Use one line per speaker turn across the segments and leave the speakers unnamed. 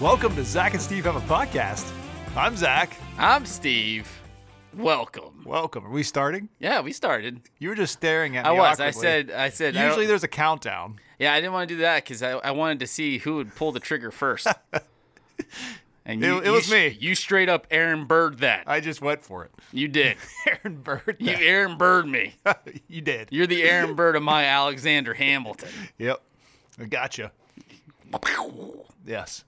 Welcome to Zach and Steve Have a Podcast. I'm Zach.
I'm Steve. Welcome.
Welcome. Are we starting?
Yeah, we started.
You were just staring at
I
me.
was. I
awkwardly.
said. I said. I don't-
Usually there's a countdown.
yeah, I didn't want to do that because I, I wanted to see who would pull the trigger first. And
It- it was
sh-
me.
You straight up Aaron Bird that.
I just went for it.
you did.
Aaron Bird.
You
that.
Aaron Bird me.
you did.
You're the Aaron Bird of my Alexander Hamilton.
Yep. I gotcha. Yes.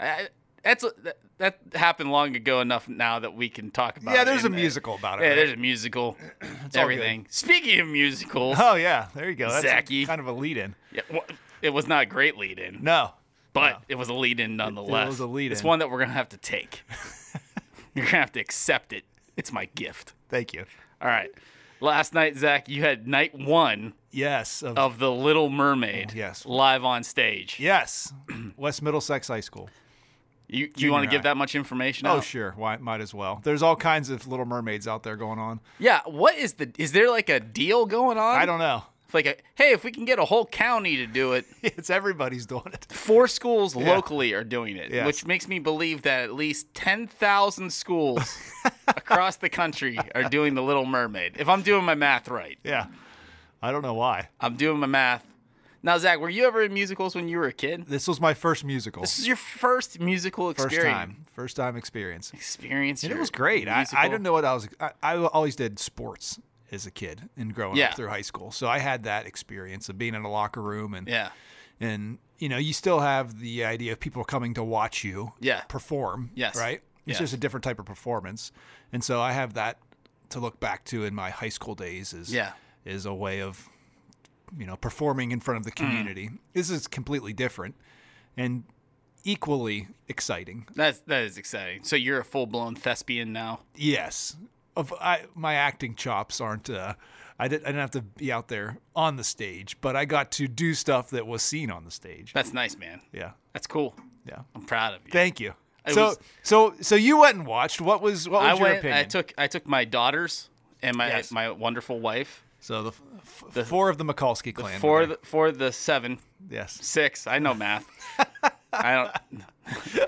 I, that's that, that happened long ago enough now that we can talk about.
Yeah,
it
there's a
in the-
musical about it.
Yeah,
right?
there's a musical.
all
everything. Speaking of musicals,
Oh yeah, there you go. That's
Zachy.
kind of a lead-in.
yeah, wh- it was not a great lead-in.
No,
But it was a lead in nonetheless.
was a lead-in.
It's one that we're going to have to take. You're going to have to accept it. It's my gift.
thank you.
All right. Last night, Zach, you had night one
Yes, of-
of The Little Mermaid
Yes.
live on stage.
yes, West Middlesex High School.
You, you want to
Junior
give
high.
that much information?
Oh
out?
sure, why might as well. There's all kinds of Little Mermaids out there going on.
Yeah. What is the, is there like a deal going on?
I don't know.
Like, a, hey, if we can get a whole county to do it,
It's everybody's doing it.
four schools locally are doing it,
Yes.
which makes me believe that at least 10,000 schools across the country are doing The Little Mermaid. If I'm doing my math right,
Yeah, I don't know why.
I'm doing my math. Now, Zach, were you ever in musicals when you were a kid?
This was my first musical.
This is your first musical
first
experience.
time, first time experience.
Experience.
And it
your
was great. I, I
musical?
didn't know what I was. I, I always did sports as a kid and growing
Yeah.
up through high school, so I had that experience of being in a locker room and
Yeah.
and you know you still have the idea of people coming to watch you
Yeah.
perform
Yes.
right it's
Yes.
just a different type of performance and so i have that to look back to in my high school days is
Yeah.
is a way of you know performing in front of the
Mm-hmm.
community this is completely different and equally exciting
That's that is exciting. So you're a full blown thespian now.
yes of I, my acting chops aren't uh, I, did, I didn't have to be out there on the stage but i got to do stuff that was seen on the stage
That's nice, man.
yeah
That's cool.
yeah
I'm proud of you.
Thank you.
It
so
was-
so so you went and watched. What was what was
I
your
went.
opinion?
I took. I took my daughters and my
Yes.
my wonderful wife.
so the, f- f- four of the Mikulski clan. were
For
there.
the for the seven
yes,
six. I know math. I don't.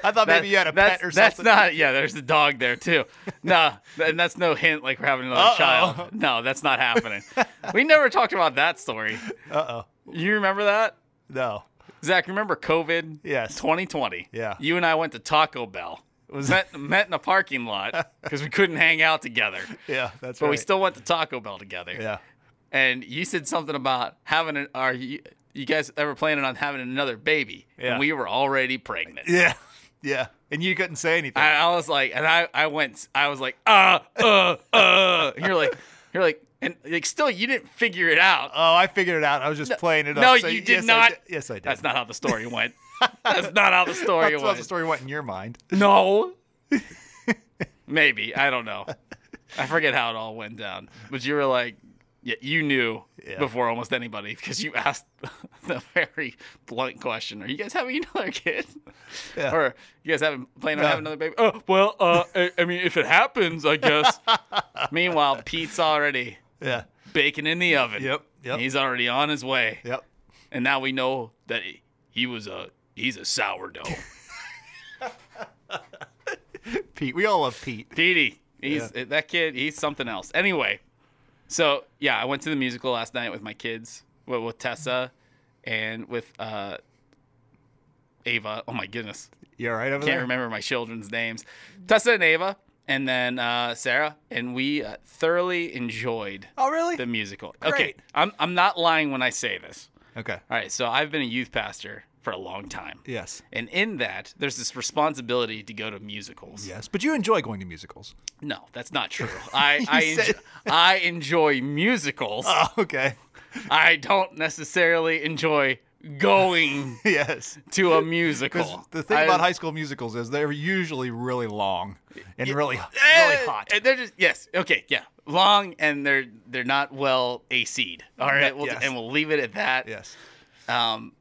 I thought
that-
maybe you had a
that's,
pet or
that's
something.
not. Yeah, there's a dog there too. no, and that's no hint like we're having another child. No, that's not happening. we never talked about that story.
Uh oh,
You remember that,
no.
Zach? Remember COVID?
Yes.
2020.
Yeah.
You and I went to Taco Bell.
Was-
met met in a parking lot because we couldn't hang out together,
Yeah, that's
but
right.
we still went to Taco Bell together.
yeah.
And you said something about having an. Are you? You guys ever planning on having another baby?
Yeah.
And we were already pregnant.
Yeah. Yeah. And you couldn't say anything.
And I was like, and I, I went, I was like, uh, uh, uh. And you're like, you're like, and like, still, you didn't figure it out.
oh, I figured it out. I was just playing it up.
no,
So
you
y-
did
yes, I
not.
Yes, I did.
That's not how the story went. That's not how the story
That's how
went.
the story went in your mind.
No. Maybe I don't know. I forget how it all went down, but you were like, yeah, you knew
Yeah.
before almost anybody because you asked the very blunt question: Are you guys having another kid?
Yeah.
Or you guys having planning on
No.
having another baby? Oh well, uh, I, I mean, if it happens, I guess. Meanwhile, Pete's already
Yeah.
baking in the oven.
Yep, yep.
He's already on his way,
Yep.
and now we know that he, he was a he's a sourdough.
Pete. We all love Pete.
Petey. He's that kid. He's something else. Anyway, so yeah, I went to the musical last night with my kids, with, with Tessa, and with uh, Ava. Oh my goodness,
You all right over
can't
there?
remember my children's names. Tessa and Ava, and then uh, Sarah, and we uh, thoroughly enjoyed
Oh, really?
the musical. Okay,
Great.
I'm I'm not lying when I say this.
okay.
All right, so I've been a youth pastor for a long time.
Yes.
And in that, there's this responsibility to go to musicals.
Yes. But you enjoy going to musicals.
No, that's not true. I I,
said-
enjoy, I enjoy musicals.
Oh, okay.
I don't necessarily enjoy going
yes.
to a musical.
The thing
I-
about high school musicals is they're usually really long and really really
Eh,
hot.
They're just yes, okay, yeah, long and they're they're not well AC'd. All right, we'll,
yes.
and we'll leave it at that.
Yes.
Um,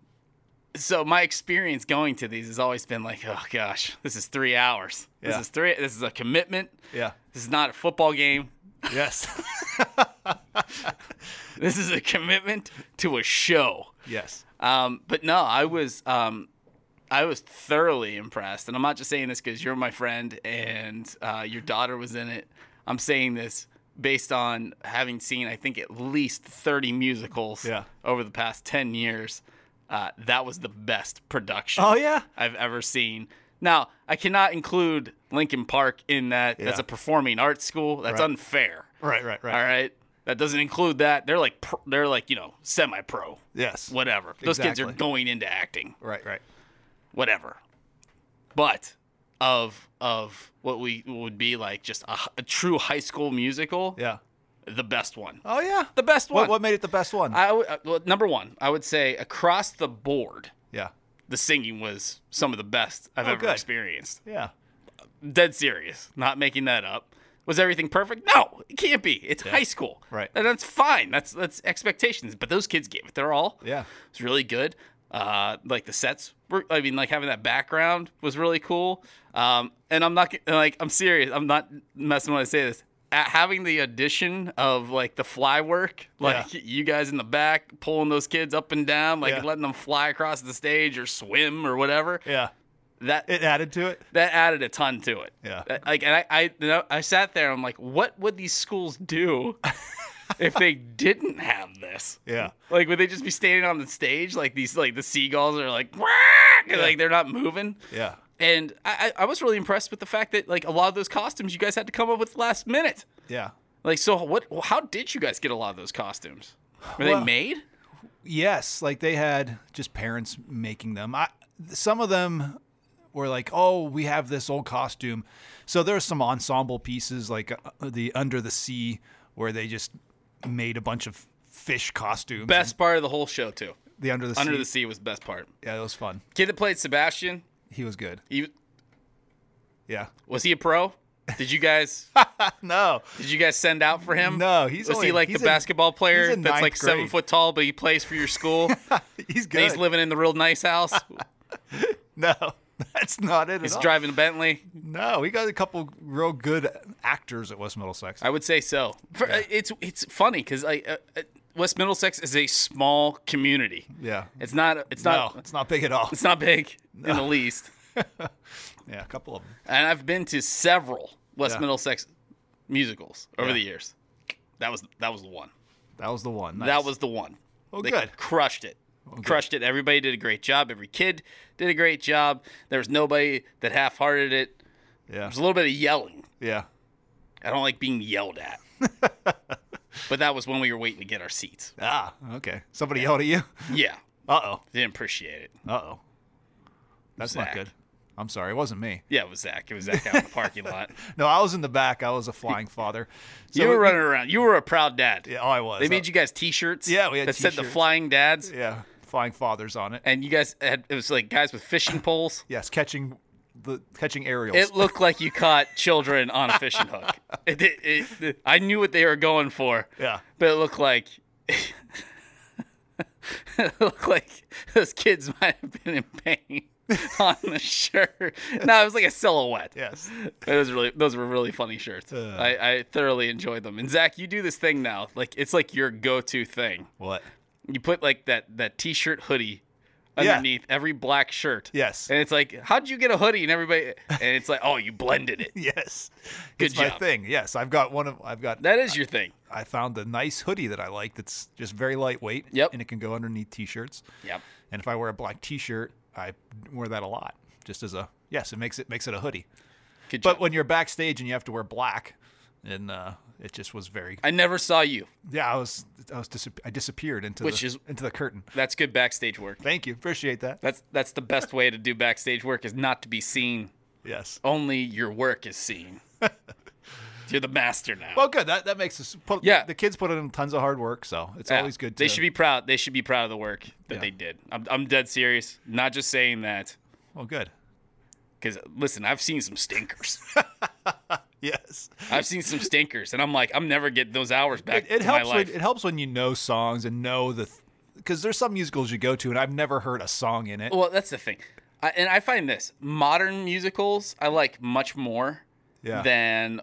so my experience going to these has always been like, oh gosh, this is three hours.
Yeah.
This is three. This is a commitment.
Yeah.
This is not a football game.
Yes.
This is a commitment to a show.
yes.
Um, but no, I was um, I was thoroughly impressed, and I'm not just saying this because you're my friend and uh, your daughter was in it. I'm saying this based on having seen, I think, at least 30 musicals
Yeah.
over the past 10 years. Uh, that was the best production.
Oh, yeah?
I've ever seen. Now, I cannot include Lincoln Park in that. That's
Yeah.
a performing arts school. That's
Right.
unfair.
Right, right, right.
All right. That doesn't include that. They're like pro, they're like, you know, semi-pro,
Yes.
whatever. Those kids are
Exactly.
going into acting,
Right, right.
whatever. But of of what we would be like just a, h- a true high school musical,
Yeah.
the best one.
Oh yeah.
The best one.
What, what made it the best one?
I would- uh, well, number 1, I would say across the board,
yeah.
the singing was some of the best I've ever
Oh, good.
experienced.
Yeah.
dead serious, not making that up. Was everything perfect? No, it can't be. It's high school,
Right.
And that's fine. That's that's expectations. But those kids gave it their all.
Yeah.
it's really good. Uh, like the sets were. I mean, like having that background was really cool. Um, and I'm not g- like I'm serious. I'm not messing when I say this. At having the addition of like the fly work, like you guys in the back pulling those kids up and down, like
Yeah.
letting them fly across the stage or swim or whatever.
Yeah.
That
It added to it.
that added a ton to it.
Yeah.
That- Like, and I, I, you know, I sat there. I'm like, what would these schools do if they didn't have this?
Yeah.
Like, would they just be standing on the stage like these, like the seagulls are like, "Quack," and, like they're not moving?
Yeah.
And I, I I was really impressed with the fact that like a lot of those costumes you guys had to come up with last minute.
Yeah.
Like, so what? How did you guys get a lot of those costumes? Were
Well-
they made?
Yes, like they had just parents making them. I some of them were like, "Oh, we have this old costume." So there's some ensemble pieces like uh, the Under the Sea where they just made a bunch of fish costumes.
Best part of the whole show too.
the Under the
Under
Sea.
the sea was the best part.
yeah, it was fun.
Kid that played Sebastian,
He was good.
he
Yeah.
was he a pro? Did you guys
No.
Did you guys send out for him?
No, he's
was he
only-
like
he's
the
in-
basketball player
he's in
that's
ninth
like seven
grade.
foot tall, but he plays for your school. and
He's good.
he's living in the real nice house.
no. That's not it.
He's
at all.
driving a Bentley.
No, we got a couple real good actors at West Middlesex.
I would say so. For, uh, It's it's funny because I uh, uh, West Middlesex is a small community.
yeah.
It's not. It's
No,
not.
it's not big at all.
It's not big in the least.
Yeah, a couple of them.
And I've been to several West
Yeah.
Middlesex musicals over
Yeah.
the years. That was that was the one.
That was the one.
That
Nice.
was the one.
Oh,
They
good. Oh,
Crushed it.
good.
Crushed it. Everybody did a great job. Every kid did a great job. There was nobody that half hearted it.
yeah.
There's a little bit of yelling.
Yeah.
I don't like being yelled at. but that was when we were waiting to get our seats.
Ah, okay. Somebody yelled at you?
Yeah.
Uh oh.
Didn't appreciate it.
Uh oh. That's
Zach.
not good. I'm sorry. It wasn't me.
Yeah, it was Zach. It was Zach out in the parking lot.
No, I was in the back. I was a flying father. So
you were running around. You were a proud dad.
Yeah, oh, I was.
They made you guys t shirts.
Yeah, we had
That said the
t-shirts.
flying dads.
Yeah, flying fathers on it.
And you guys had, it was like guys with fishing poles.
Yes, catching the catching aerials.
It looked like you caught children on a fishing hook. It, it, it, I knew what they were going for.
Yeah.
But it looked like it looked like those kids might have been in pain on the shirt. No, it was like a silhouette.
yes.
It was really those were really funny shirts.
Uh.
I, I thoroughly enjoyed them. And Zach, you do this thing now. Like it's like your go to thing.
What?
You put like that that t shirt hoodie
Yeah.
underneath every black shirt.
Yes.
And it's like, how'd you get a hoodie? And everybody, and it's like, oh, you blended it.
Yes.
Good
it's my
job.
thing. Yes, I've got one of I've got
That is your thing.
I found a nice hoodie that I like that's just very lightweight
Yep.
and it can go underneath t-shirts.
Yep.
And if I wear a black t-shirt, I wear that a lot just as a Yes, it makes it makes it a hoodie.
Good job.
But when you're backstage and you have to wear black, and uh, it just was very
I never saw you.
yeah. I was I was disap- I disappeared into
Which
the,
is-
into the curtain.
That's good backstage work.
Thank you, appreciate that.
That's that's the best way to do backstage work is not to be seen.
Yes.
Only your work is seen. You're the master now.
Well, good. That that makes us put
Yeah.
The kids put in tons of hard work, so it's
Yeah.
always good. To,
They should be proud. They should be proud of the work that
Yeah.
they did. I'm, I'm dead serious. Not just saying that
Well, good.
because listen, I've seen some stinkers.
Yes.
I've seen some stinkers, and I'm like, I'm never getting those hours back.
It, it
to
helps.
my life.
When, it helps when you know songs and know the. because there's some musicals you go to and I've never heard a song in it.
Well, that's the thing, I, and I find this modern musicals I like much more
Yeah.
than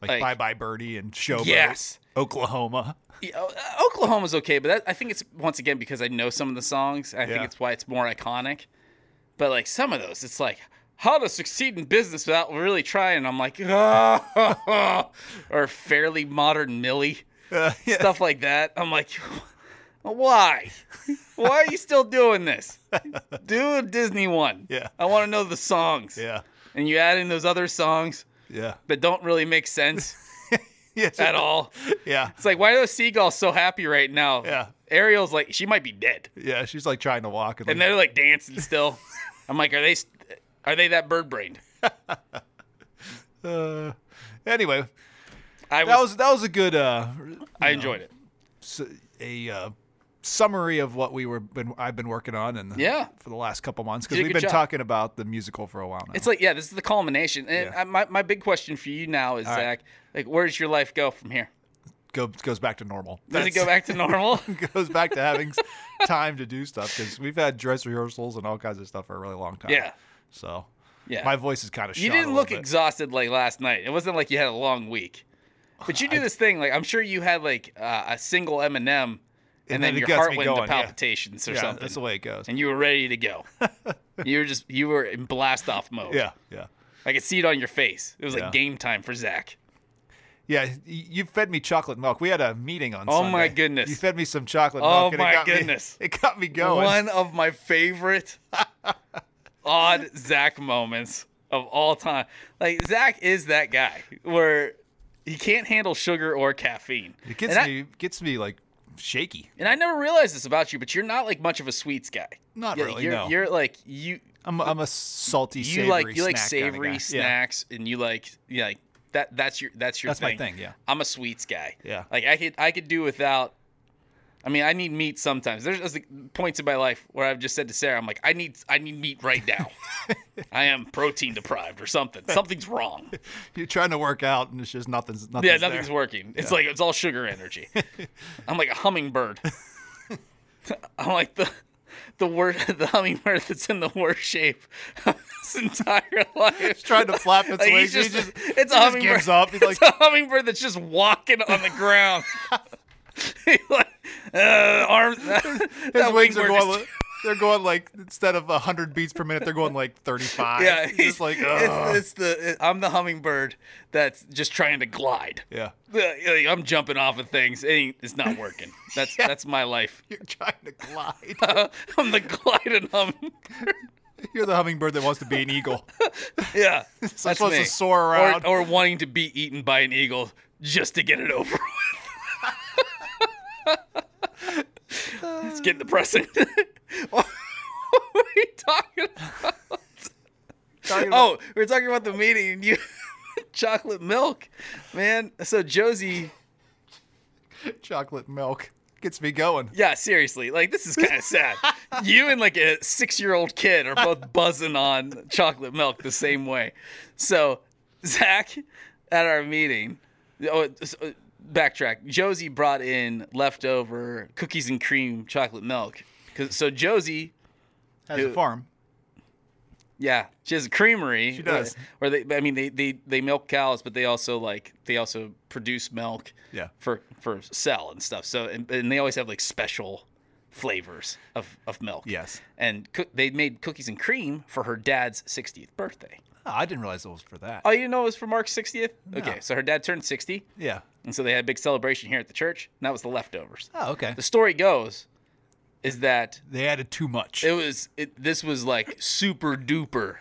like,
like-
Bye Bye Birdie and Showboat.
Yes.
Oklahoma.
Yeah, O- uh, Oklahoma's okay, but that, I think it's once again because I know some of the songs. I
Yeah.
think it's why it's more iconic. But like some of those, it's like how to succeed in business without really trying. I'm like, oh, or fairly modern Millie,
Uh, yeah.
stuff like that. I'm like, why? Why are you still doing this? Do a Disney one.
Yeah.
I want to know the songs.
Yeah.
And you add in those other songs
Yeah.
that don't really make sense
Yes.
at all.
Yeah.
It's like, why are those seagulls so happy right now?
Yeah.
Ariel's like, she might be dead.
Yeah. She's like trying to walk. And,
and
like,
they're like dancing still. I'm like, are they are they that bird brained?
uh, anyway,
I
that
was,
was that was a good uh,
I enjoyed it.
s- a uh, summary of what we were been I've been working on and
Yeah.
for the last couple months
Did
because
a
we've
good
been
job.
talking about the musical for a while now.
It's like, yeah, this is the culmination. And
Yeah.
I, my my big question for you now is
right.
Zach, like, where does your life go from here?
Go, goes back to normal.
Does it go back to normal?
goes back to having s- time to do stuff because we've had dress rehearsals and all kinds of stuff for a really long time.
Yeah.
So
yeah.
my voice is kind of
you didn't look exhausted like last night. It wasn't like you had a long week. But you do this thing like I'm sure you had like uh, a single M and m and
then
then
it
your
gets
heart
me
went
going,
into
yeah.
palpitations or
yeah,
something,
That's the way it goes.
and you were ready to go. you were just you were in blast off mode.
Yeah. Yeah.
I could see it on your face. It was like
Yeah.
game time for Zach.
Yeah, y- you fed me chocolate milk. We had a meeting on.
Oh my
Sunday.
goodness.
You fed me some chocolate
Oh
milk. and
my
it got me-
goodness.
it got me going.
One of my favorite odd Zach moments of all time. Like Zach is that guy where he can't handle sugar or caffeine.
It gets
and I,
me gets me like shaky.
and I never realized this about you, but you're not like much of a sweets guy.
Not
Yeah,
really,
You're,
no.
you're like you.
I'm I'm a salty
You
savory
like you like
snack kinda
savory
guy.
snacks, and you like you like that. That's your that's your
That's my
thing.
thing, yeah.
I'm a sweets guy.
Yeah.
like I could I could do without. I mean, I need meat sometimes. There's, there's like, points in my life where I've just said to Sarah, "I'm like, I need I need meat right now. I am protein deprived or something. Something's wrong.
Yeah. You're trying to work out and it's just nothing's nothing's
Yeah,
there.
nothing's working. It's like it's all sugar energy. I'm like a hummingbird. I'm like the the worst the hummingbird that's in the worst shape of his entire life.
trying to flap its
Like, he's
wings.
just,
he just,
it's a
he just
hummingbird.
gives up. He's like,
it's a hummingbird that's just walking on the ground. He's like, uh, arm,
his
his
wings are going. they're going like instead of 100 beats per minute, they're going like 35.
yeah,
He's
he's-
just like,
it's,
"Ugh."
it's the it- I'm the hummingbird that's just trying to glide.
yeah.
Like, I'm jumping off of things. It ain't, it's not working. That's that's my life.
You're trying to glide.
I'm the gliding hummingbird.
You're the hummingbird that wants to be an eagle.
Yeah, that's
supposed to
me.
soar
Or-
around.
or, wanting to be eaten by an eagle just to get it over. with. it's getting depressing. what are we talking?
Talking about-
Oh, we were talking about the meeting and you chocolate milk, man. So Josie,
chocolate milk gets me going.
yeah, seriously, like this is kind of sad. you and like a six-year-old kid are both buzzing on chocolate milk the same way. So Zach, at our meeting, oh, so, uh, backtrack. Josie brought in leftover cookies and cream chocolate milk. 'Cause- so Josie
Has a
Dude.
farm.
Yeah, she has a creamery. She
does.
Where, where they, I mean, they, they they milk cows, but they also like they also produce milk.
Yeah.
For for sell and stuff. So and, and they always have like special flavors of of milk.
Yes.
And cook they made cookies and cream for her dad's 60th birthday.
Oh, I didn't realize it was for that.
Oh, you didn't know it was for Mark's 60th? Okay, so her dad turned 60,
yeah.
and so they had a big celebration here at the church, and that was the leftovers.
Oh, okay.
The story goes is that
They added too much.
it was it, this was like super duper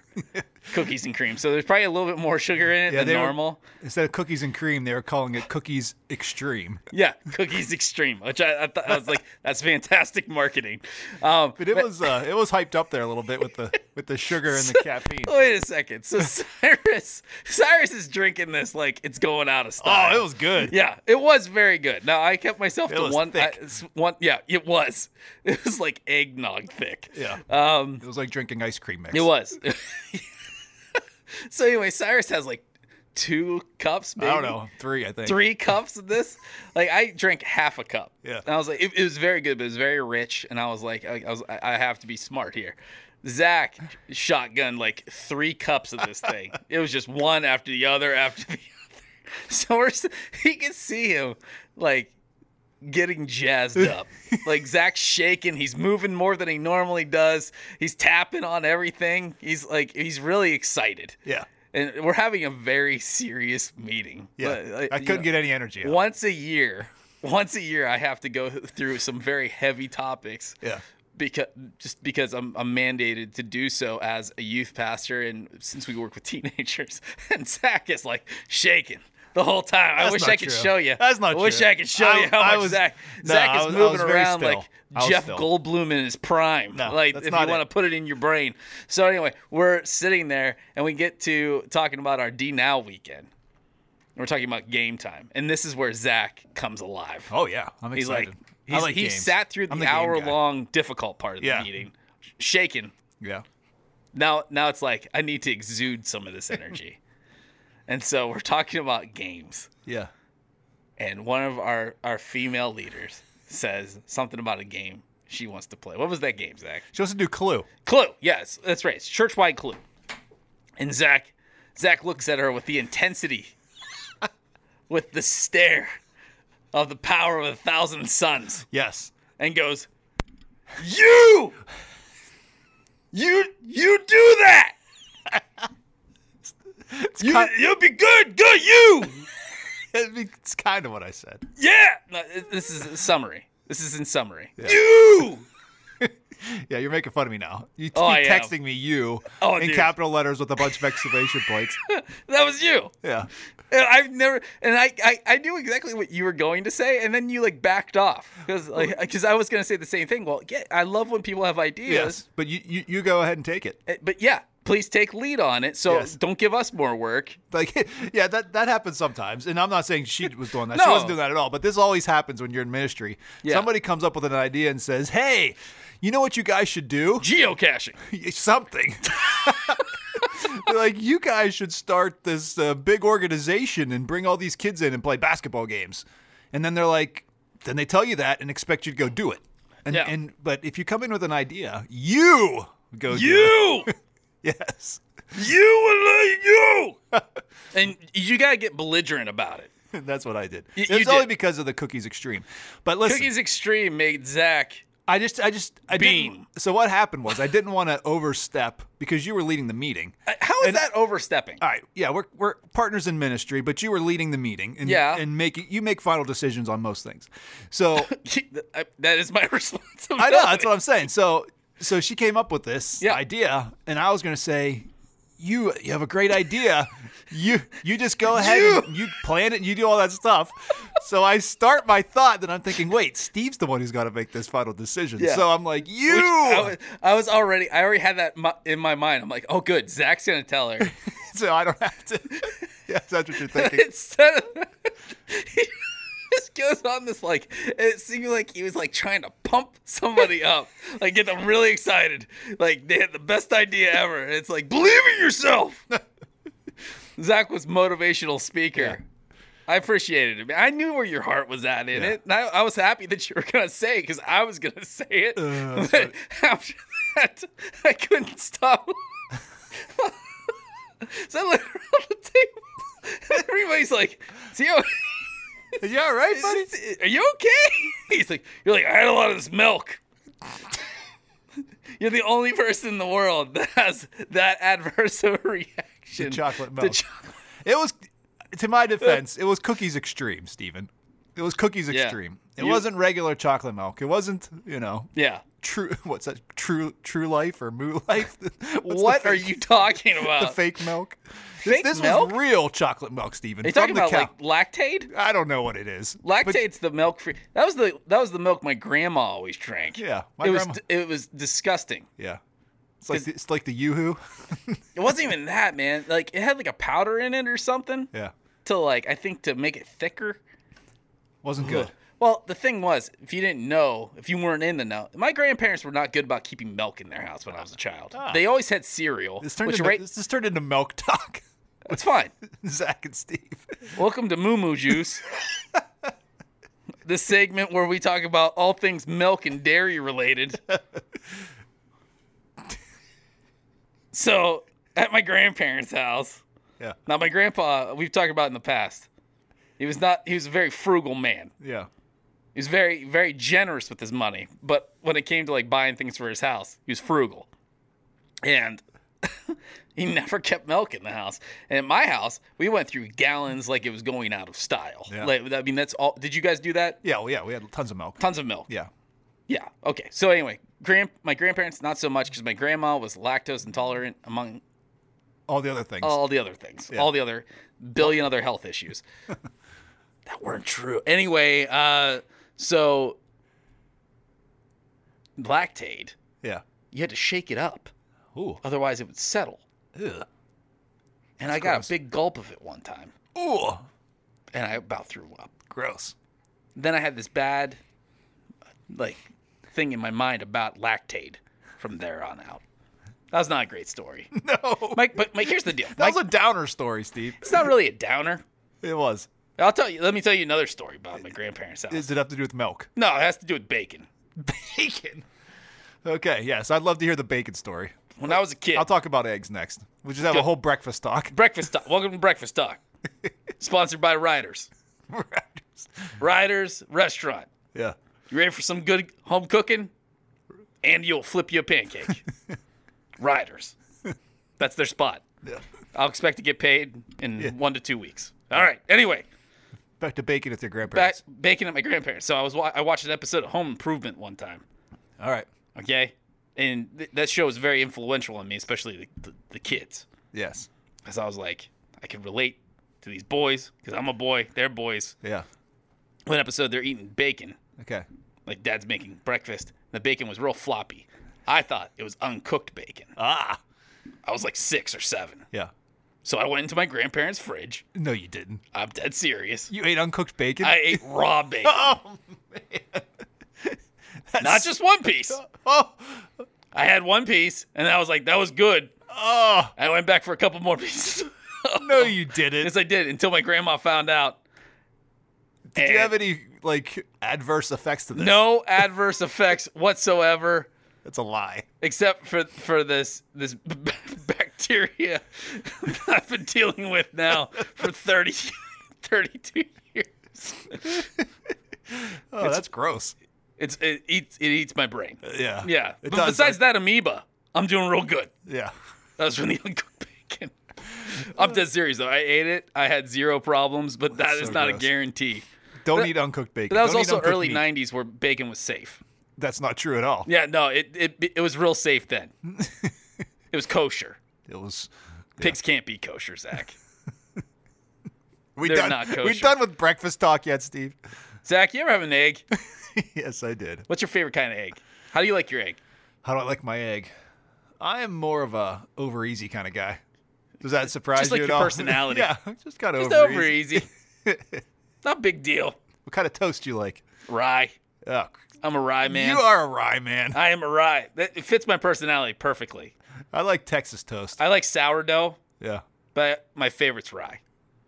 cookies and cream. So there's probably a little bit more sugar in it
Yeah,
than
they were-
normal.
Instead of cookies and cream, they were calling it cookies extreme.
Yeah, cookies extreme, which I, I thought I was like, that's fantastic marketing. Um,
But it was uh, it was hyped up there a little bit with the with the sugar and the caffeine.
wait a second. So Cyrus Cyrus is drinking this like it's going out of style.
Oh, it was good.
Yeah, it was very good. Now I kept myself
It
to
was
one.
thick.
I- s- one. Yeah, it was. It was like eggnog thick.
Yeah.
Um,
It was like drinking ice cream mix.
It was. so anyway, Cyrus has like two cups, maybe
I don't know, three I think.
three cups of this. Like I drank half a cup.
Yeah.
And I was like, it, it was very good, but it was very rich. And I was like, I, I was, I I have to be smart here. Zach shotgun like three cups of this thing. it was just one after the other after the other. So we're, s- he can see him like getting jazzed up. like Zach's shaking, he's moving more than he normally does. He's tapping on everything. He's like he's really excited.
Yeah.
And we're having a very serious meeting. But,
Yeah.
uh,
I
you
couldn't
know,
get any energy out.
once a year. Once a year, I have to go through some very heavy topics
Yeah.
because just because I'm, I'm mandated to do so as a youth pastor and since we work with teenagers and Zach is like shaking the whole time. I
That's
wish
not
I could
true.
show you.
That's not
I wish
true.
I could show
I-
you how
I
much
was-
Zach
no,
Zach
I
is
was- I
moving
was very
around
still. I
like
was
Jeff
still.
Goldblum in his prime.
No,
like
that's
if you
not it.
want to put it in your brain. So anyway, we're sitting there and we get to talking about our D now weekend. We're talking about game time, and this is where Zach comes alive.
Oh yeah. I'm
He's
excited.
like,
I
he's,
like
he
games.
sat through the,
I'm game
hour
guy.
long difficult part of the
Yeah.
meeting, sh- shaken.
Yeah.
Now, now it's like I need to exude some of this energy, and so we're talking about games,
Yeah.
and one of our our female leaders says something about a game she wants to play. What was that game, Zach?
She wants to do Clue.
Clue. Yes, that's right. It's churchwide clue. And Zach, Zach looks at her with the intensity, with the stare of the power of a thousand suns.
Yes.
and goes, "You, you, you do that. You,
kind-
you'll be good, good you.
it's kind of what I said.
Yeah. No, it- this is a summary. This is in summary.
Yeah.
You.
Yeah, you're making fun of me now. You keep
Oh, I am.
texting me you
Oh,
in
dude.
capital letters with a bunch of exclamation points.
That was you.
Yeah.
And I've never, and I, I, I knew exactly what you were going to say, and then you like backed off because, like, because I was going to say the same thing. Well, yeah, I love when people have ideas,
Yes. But you, you, you go ahead and take it.
eh, but yeah, please take lead on it. So
Yes.
don't give us more work.
Like, yeah, that, that happens sometimes. And I'm not saying she was doing that. She
No.
wasn't doing that at all. But this always happens when you're in ministry.
Yeah.
Somebody comes up with an idea and says, hey, you know what you guys should do?
Geocaching.
Something. They're like, you guys should start this uh, big organization and bring all these kids in and play basketball games. And then they're like, then they tell you that and expect you to go do it. And,
Yeah.
and but if you come in with an idea, you go do it.
You.
Yes.
You will let you. and you gotta get belligerent about it.
That's what I did.
Y-
it's
you
only
did.
because of the cookies extreme. But listen,
Cookies Extreme made Zach.
I just, I just, I
Beam.
didn't. So what happened was I didn't want to overstep because you were leading the meeting.
uh, How is
And-
that overstepping?
All right, yeah, we're we're partners in ministry, but you were leading the meeting and
Yeah.
and making you make final decisions on most things. So
uh, that is my responsibility.
I know that's what I'm saying. So so she came up with this
Yeah.
idea, and I was going to say, you you have a great idea. You you just go ahead and you plan it. and You do all that stuff. So I start my thought, then I'm thinking, wait, Steve's the one who's got to make this final decision.
Yeah.
So I'm like, you.
Which I was, I was already. I already had that mi- in my mind. I'm like, oh, good. Zach's gonna tell her.
so I don't have to. yeah, that's what you're thinking.
Instead of he just goes on this like it seemed like he was like trying to pump somebody up, like get them really excited, like they had the best idea ever. And it's like believe in yourself. Zach was motivational speaker. I appreciated it. I knew where your heart was at in
Yeah.
it, and I, I was happy that you were gonna say it because I was gonna say it.
Uh,
but after that, I couldn't stop. so I looked around the table. Everybody's like, "See how
yeah, all right, buddy.
are you okay? He's like, you're like, I had a lot of this milk. you're the only person in the world that has that adverse of a reaction.
To chocolate
to
milk.
chocolate-
It was, to my defense, it was cookies extreme, Steven. It was cookies
Yeah.
extreme. It
You-
wasn't regular chocolate milk. It wasn't, you know,
yeah.
true. What's that? True, true life or moo life? What's the
what are
fake-
you talking
The
about?
fake milk.
Fake
this, this
milk?
was real chocolate milk, Steven.
Are you
from
talking
the
about
cow.
like lactate?
I don't know what it is. But-
Lactate's the milk free. That was the that was the milk my grandma always drank.
Yeah, my
It
grandma-
was it was disgusting.
yeah. It's like the, it's like the YooHoo.
It wasn't even that, man. Like it had like a powder in it or something
yeah,
to like I think to make it thicker.
wasn't good.
Well, the thing was, if you didn't know, if you weren't in the know, my grandparents were not good about keeping milk in their house when I was a child. They always had cereal,
This Ah. turned
which
into
right,
this just turned into milk talk.
it's fine.
Zach and Steve.
Welcome to Moo Moo Juice, the segment where we talk about all things milk and dairy related. so, at my grandparents' house,
Yeah,
now my grandpa, we've talked about in the past. He was not. He was a very frugal man.
yeah.
He was very, very generous with his money, but when it came to like buying things for his house, he was frugal, and he never kept milk in the house. And at my house, we went through gallons like it was going out of style.
Yeah.
Like, I mean, that's all. Did you guys do that?
Yeah, well, yeah, we had tons of milk.
Tons of milk.
Yeah.
Yeah. Okay. So anyway, grand my grandparents not so much because my grandma was lactose intolerant among
All the other things.
all the other things, all the other billion other health issues that weren't true. Anyway, uh, so lactate,
Yeah.
you had to shake it up,
Ooh.
otherwise it would settle.
Ugh.
And I got
gross.
a big gulp of it one time,
Ooh.
and I about threw up.
Gross.
Then I had this bad, like, thing in my mind about lactate from there on out. That was not a great story.
No.
Mike, but Mike, here's the deal.
That
Mike,
was a downer story, Steve.
it's not really a downer.
It was.
I'll tell you. Let me tell you another story about my grandparents' house.
Does it have to do with milk?
No, it has to do with bacon.
Bacon. Okay, yes, I'd love to hear the bacon story.
When I was a kid,
I'll talk about eggs next. We'll just have a
Good.
whole breakfast talk.
breakfast talk. Welcome to breakfast talk. Sponsored by Riders. Riders Restaurant.
yeah.
You ready for some good home cooking? And you'll flip you a pancake. Riders. That's their spot.
yeah.
I'll expect to get paid in one to two weeks. All right. Anyway,
Back to bacon with your
back
grandparents.
bacon at my grandparents. So I was wa- I watched an episode of Home Improvement one time.
All right.
Okay, and th- that show was very influential on me, especially the, the, the kids.
Yes.
because I was like, I can relate to these boys because I'm a boy. They're boys.
Yeah.
One episode, they're eating bacon.
Okay.
Like dad's making breakfast. The bacon was real floppy. I thought it was uncooked bacon.
Ah.
I was like six or seven.
Yeah.
So I went into my grandparents' fridge.
No, you didn't.
I'm dead serious.
You ate uncooked bacon.
I ate raw bacon,
oh man.
not just one piece.
Oh.
I had one piece, and I was like, that was good.
Oh.
I went back for a couple more pieces.
No, you didn't.
yes, I did until my grandma found out.
Did you have any like adverse effects to this?
No adverse effects whatsoever.
That's a lie.
except for for this this b- bacteria that I've been dealing with now for 30, 32 years.
Oh, that's gross.
It's it eats it eats my brain.
Yeah.
Yeah.
It
but
does,
besides that amoeba, I'm doing real good.
Yeah.
That was from the uncooked bacon. I'm dead serious though. I ate it. I had zero problems, but
that's
that is
so
not
gross.
a guarantee.
Don't eat uncooked bacon.
But that was
Don't eat
also
uncooked
early
meat.
90s where bacon was safe.
That's not true at all.
Yeah, no, it it, it was real safe then. it was kosher.
It was.
Pigs can't be kosher, Zach.
We
They're
done.
not
We
kosher.
done with breakfast talk yet, Steve?
Zach, you ever have an egg?
yes, I did.
What's your favorite kind of egg? How do you like your egg?
How do I like my egg? I am more of a over easy kind of guy. Does that surprise
like
you at
your
all?
personality.
yeah, just kind of
It's
over,
over
easy.
easy. Not big deal.
What kind of toast you like?
Rye.
Oh,
I'm a rye man.
you are a rye man.
I am a rye. That it fits my personality perfectly.
I like Texas toast.
I like sourdough,
yeah.
but my favorite's rye.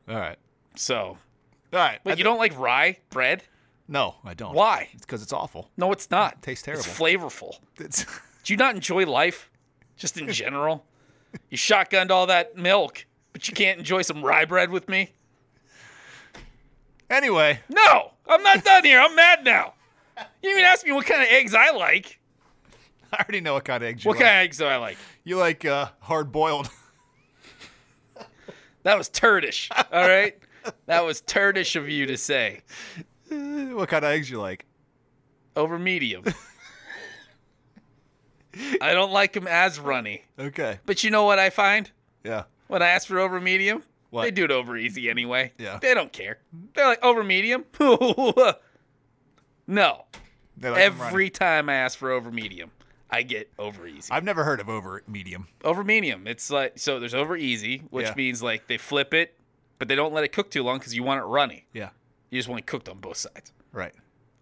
All right.
So,
All right.
but
I-
you don't like rye bread?
no, I don't.
Why?
It's because it's awful.
No, it's not.
tastes
It's flavorful.
It's
Do you not enjoy life, just in general? you shotgunned all that milk, but you can't enjoy some rye bread with me?
anyway.
No, I'm not done here. I'm mad now. You didn't even asked me what kind of eggs I like.
I already know what kind of eggs you
What
like.
kind of eggs do I like?
You like uh, hard boiled.
That was turdish. All right. that was turdish of you to say.
what kind of eggs you like?
Over medium. I don't like them as runny.
Okay.
But you know what I find?
Yeah.
When I ask for over medium,
What?
they do it over easy anyway.
Yeah.
They don't care. They're like, over medium? no.
They like 'em runny.
Every time I ask for over medium, I get over easy.
I've never heard of over medium.
over medium. It's like so there's over easy, which
Yeah.
means like they flip it, but they don't let it cook too long because you want it runny.
Yeah.
You just want it cooked on both sides.
Right.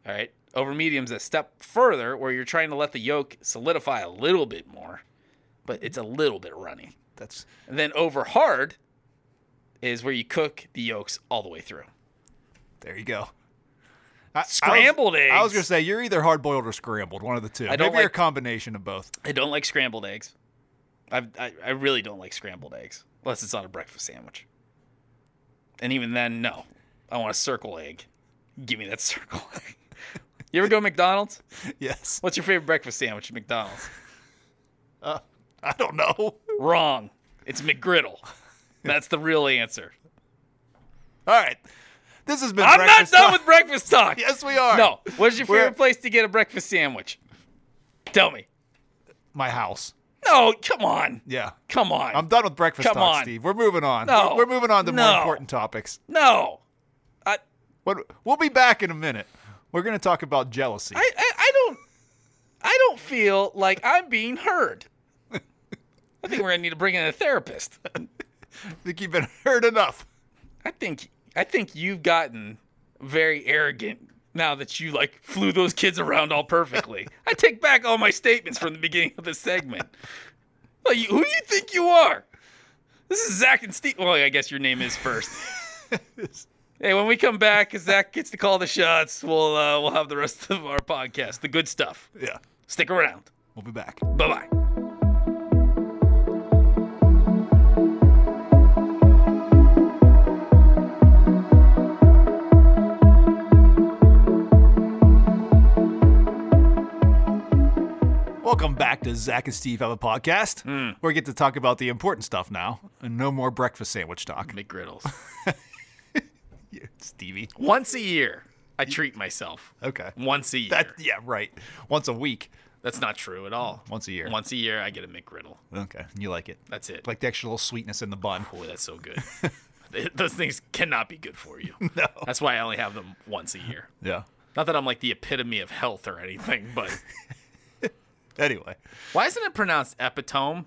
All right. Over medium's a step further where you're trying to let the yolk solidify a little bit more, but it's a little bit runny.
That's
And then over hard is where you cook the yolks all the way through.
there you go. I- I was-
Scrambled
I was
eggs.
gonna say you're either hard boiled or scrambled, one of the two.
I don't
Maybe you're a
like-
combination of both.
I don't like scrambled eggs. I've, I I really don't like scrambled eggs unless it's on a breakfast sandwich. And even then, no. I want a circle egg. Give me that circle egg. You ever go to McDonald's?
Yes.
What's your favorite breakfast sandwich at McDonald's?
Uh, I don't know.
Wrong. It's McGriddle. That's the real answer.
All right. This has been.
I'm not
Breakfast
done
Talk.
with breakfast talk.
Yes, we are.
No. What's your
We're-
favorite place to get a breakfast sandwich? Tell me.
My house.
No, come on.
Yeah.
Come on.
I'm done with breakfast
Come
talk,
on.
Steve. We're moving on.
No.
We're, we're moving on to more
No.
important topics.
no. I,
What, we'll be back in a minute. We're going to talk about jealousy.
I I I don't I don't feel like I'm being heard. I think we're gonna need to bring in a therapist.
think you've been heard enough.
I think I think you've gotten very arrogant now that you like flew those kids around all perfectly. I take back all my statements from the beginning of this segment. Like, who do you think you are? This is Zach and Steve. Well, I guess your name is first. hey, when we come back, as Zach gets to call the shots, we'll uh, we'll have the rest of our podcast, the good stuff.
Yeah.
Stick around.
We'll be back.
Bye bye.
Welcome back to Zach and Steve Have a Podcast.
Hmm.
where We get to talk about the important stuff now and no more breakfast sandwich talk.
McGriddles.
Yeah, Stevie.
Once a year, I treat myself.
Okay.
Once a year.
That, yeah, right. Once a week.
That's not true at all.
Once a year.
Once a year, I get a McGriddle.
Okay. You like it.
That's it.
Like the extra little sweetness in the bun.
boy, that's so good. Th- Those things cannot be good for you. No. That's why I only have them once a year.
Yeah.
Not that I'm like the epitome of health or anything, but
Anyway.
why isn't it pronounced epitome?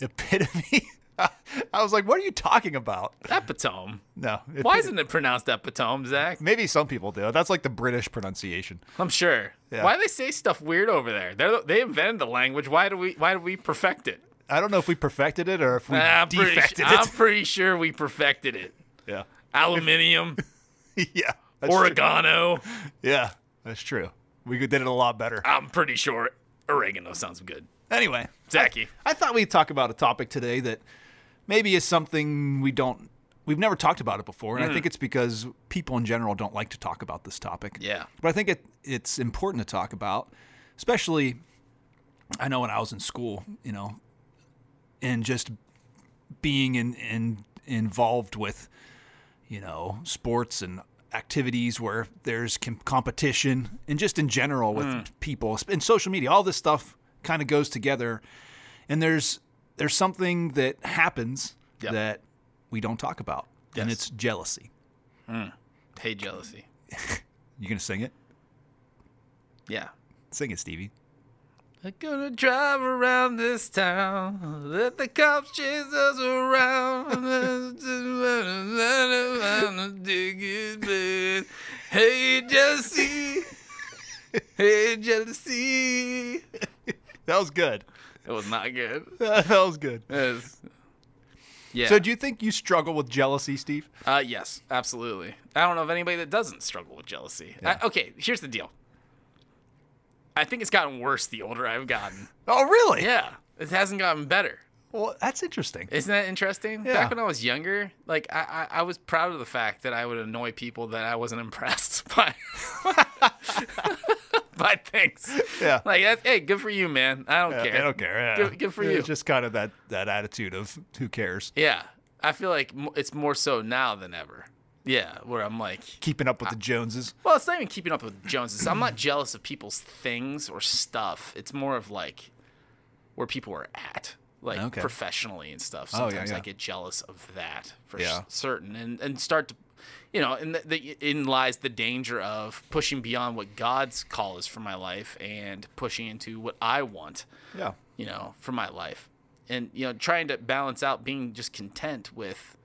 Epitome. I was like, what are you talking about?
Epitome.
No.
Why
epitome.
isn't it pronounced epitome, Zach?
Maybe some people do. That's like the British pronunciation.
I'm sure.
Yeah.
Why do they say stuff weird over there? They're, they invented the language. Why do we? Why do we perfect it?
I don't know if we perfected it or if we
I'm pretty,
defected
su-
it.
I'm pretty sure we perfected it.
Yeah.
Aluminium,
yeah. That's true.
oregano.
Yeah. That's true. We did it a lot better.
I'm pretty sure oregano sounds good.
Anyway,
Zachy.
I thought we'd talk about a topic today that maybe is something we don't we've never talked about it before,
Mm.
and I think it's because people in general don't like to talk about this topic.
Yeah.
But I think it it's important to talk about, especially I know when I was in school, you know, and just being in, in involved with you know sports and activities where there's com- competition and just in general with people and social media all this stuff kind of goes together and there's there's something that happens
Yep.
that we don't talk about and
Yes.
it's jealousy
Hey, jealousy.
you gonna sing it
Yeah.
sing it stevie
I'm gonna drive around this town. Let the cops chase us around. Dig it, man. Hey, jealousy. Hey, jealousy. It
that was good
was not good.
that was good
It was- Yeah.
so do you think you struggle with jealousy steve
Uh, yes, absolutely. I don't know of anybody that doesn't struggle with jealousy. I, okay, here's the deal. I think it's gotten worse the older I've gotten.
oh really
Yeah, it hasn't gotten better.
well that's interesting
Isn't that interesting?
Yeah.
Back when I was younger, like I, I, I was proud of the fact that I would annoy people that I wasn't impressed by by things.
Yeah.
Like, that's, hey, good for you, man. I don't care.
I don't care. Yeah.
Good- good for
It's
you.
Just kind of that that attitude of who cares,
Yeah, I feel like mo- it's more so now than ever. Yeah, where I'm like,
keeping up with the Joneses.
Well, it's not even keeping up with the Joneses. I'm not jealous of people's things or stuff. It's more of like where people are at, like
Okay.
professionally and stuff.
Oh, yeah,
Sometimes I
yeah.
get jealous of that for
Yeah.
s- certain, and and start to, you know, and the, the, in lies the danger of pushing beyond what God's call is for my life and pushing into what I want
Yeah.
you know, for my life. And, you know, trying to balance out being just content with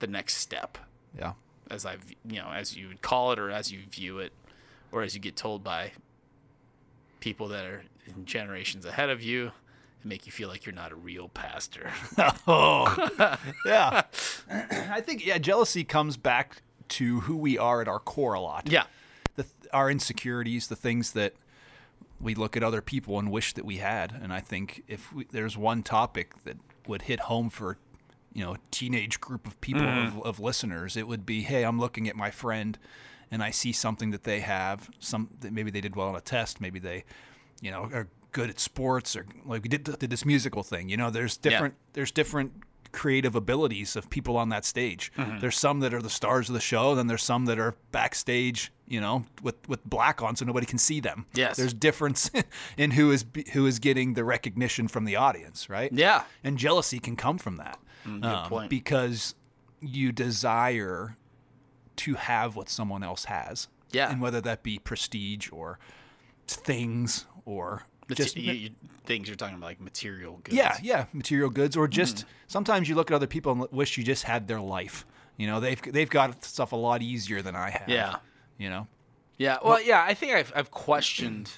the next step,
Yeah.
as I've, you know, as you would call it or as you view it or as you get told by people that are in generations ahead of you and make you feel like you're not a real pastor.
Oh. yeah. I think yeah, jealousy comes back to who we are at our core a lot.
yeah.
The, our insecurities, the things that we look at other people and wish that we had. And I think if we, there's one topic that would hit home for you know a teenage group of people of, of listeners, it would be, hey, I'm looking at my friend and I see something that they have, some that maybe they did well on a test, maybe they, you know, are good at sports or like we did, did this musical thing. You know, there's different there's different creative abilities of people on that stage. There's some that are the stars of the show, then there's some that are backstage, you know, with with black on so nobody can see them.
Yes.
There's difference in who is who is getting the recognition from the audience, right?
Yeah. Mm,
and jealousy can come from that um,
point.
because you desire to have what someone else has
Yeah.
and whether that be prestige or things or
The
just
t- you, you, things you're talking about, like material goods.
yeah yeah material goods or
Mm.
just sometimes you look at other people and wish you just had their life you know they've they've got stuff a lot easier than i have
Yeah.
you know
Yeah. Well, yeah, I think I've, I've questioned,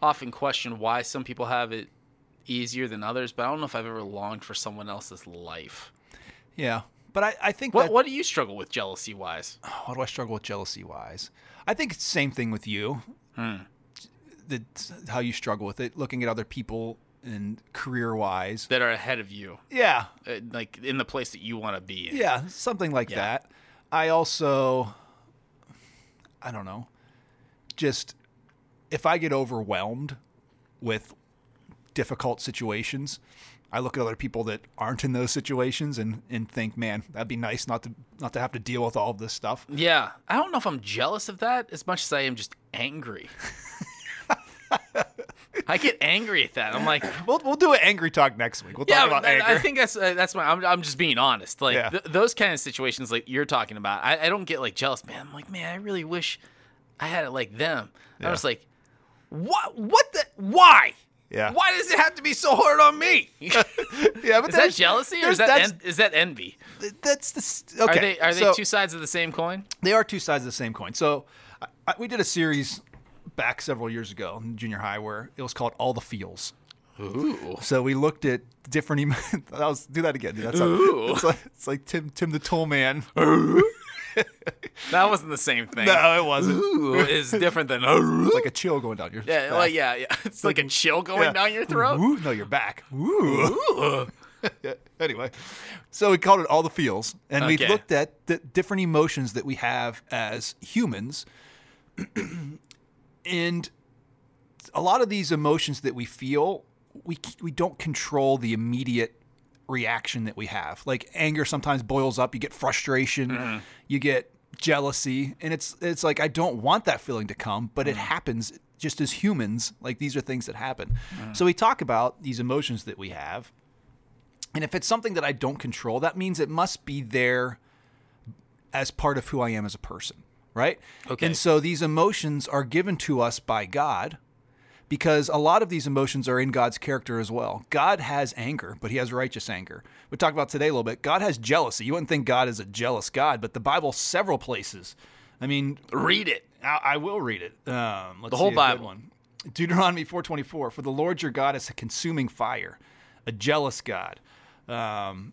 often questioned why some people have it easier than others, but I don't know if I've ever longed for someone else's life.
yeah but i, I think
What,
that,
what do you struggle with jealousy wise?
how do I struggle with jealousy wise? I think it's the same thing with you. That's how you struggle with it, looking at other people and career wise.
That are ahead of you,
Yeah.
uh, like in the place that you want to be in.
Yeah. Something like that. I also, I don't know, just if I get overwhelmed with difficult situations, I look at other people that aren't in those situations and, and think, man, that'd be nice not to not to have to deal with all of this stuff.
Yeah. I don't know if I'm jealous of that as much as I am just angry. I get angry at that. I'm like,
We'll, we'll do an angry talk next week. We'll
yeah,
talk about
I-
anger.
I think that's uh, that's my. I'm, I'm just being honest. Like
Yeah.
th- those kind of situations, like you're talking about, I, I don't get like jealous, man. I'm like, man, I really wish I had it like them.
Yeah.
I'm just like, what? What the? Why?
Yeah.
Why does it have to be so hard on me? is
Yeah, but
that
there's-
jealousy
there's-
or is that
that's,
en- is that envy?
that's the s-
Are
okay?
they are they
so
two sides of the same coin?
They are two sides of the same coin. So I, I, we did a series back several years ago in junior high where it was called All the Feels.
Ooh.
So we looked at different. Emo- that was do that again. Dude. That's
Ooh.
How, it's, like, it's like Tim Tim the Tool Man.
That wasn't the same thing.
no, it wasn't.
Ooh is different than
Like a chill going down your.
yeah,
back.
like yeah, yeah. It's like a chill going
Yeah.
down your throat.
Woo, no, you're back. Woo.
Ooh. uh,
Yeah, anyway, so we called it all the feels, and we
Okay.
looked at the different emotions that we have as humans, and a lot of these emotions that we feel, we c- we don't control the immediate reaction that we have. Like anger sometimes boils up. You get frustration. You get jealousy, and it's it's like I don't want that feeling to come, but it happens. Just as humans, like these are things that happen. So we talk about these emotions that we have, and if it's something that I don't control, that means it must be there as part of who I am as a person, right?
Okay.
And so these emotions are given to us by God because a lot of these emotions are in God's character as well. God has anger, but he has righteous anger. We talked about today a little bit. God has jealousy. You wouldn't think God is a jealous God, but the Bible several places. I mean,
Read it.
I, I will read it. Um, let's the
whole
see a good
Bible.
one. Deuteronomy four twenty four. For the Lord your God is a consuming fire, a jealous God. Um,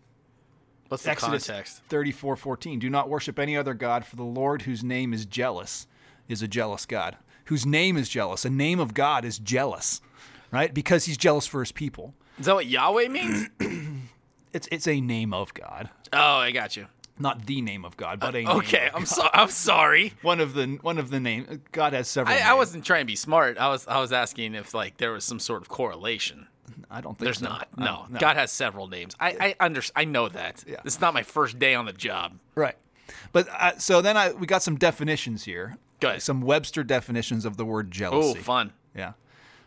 What's the
Exodus
context?
thirty four fourteen. Do not worship any other god, for the Lord whose name is jealous is a jealous God. Whose name is jealous. A name of God is jealous, right? Because he's jealous for his people.
Is that what Yahweh means?
It's it's a name of God,
oh, I got you.
not the name of God, but a name
Uh, Okay,
of-
I'm so I'm sorry.
One of the one of the name God has several.
I, I
names.
wasn't trying to be smart. I was I was asking if like there was some sort of correlation.
I don't think
There's
so.
not.
I
No.
don't-
God has several names. I I under, I know that.
Yeah.
It's not my first day on the job.
Right. But uh, so then I we got some definitions here.
Good.
Some Webster definitions of the word
Oh,
jealousy.
fun.
Yeah.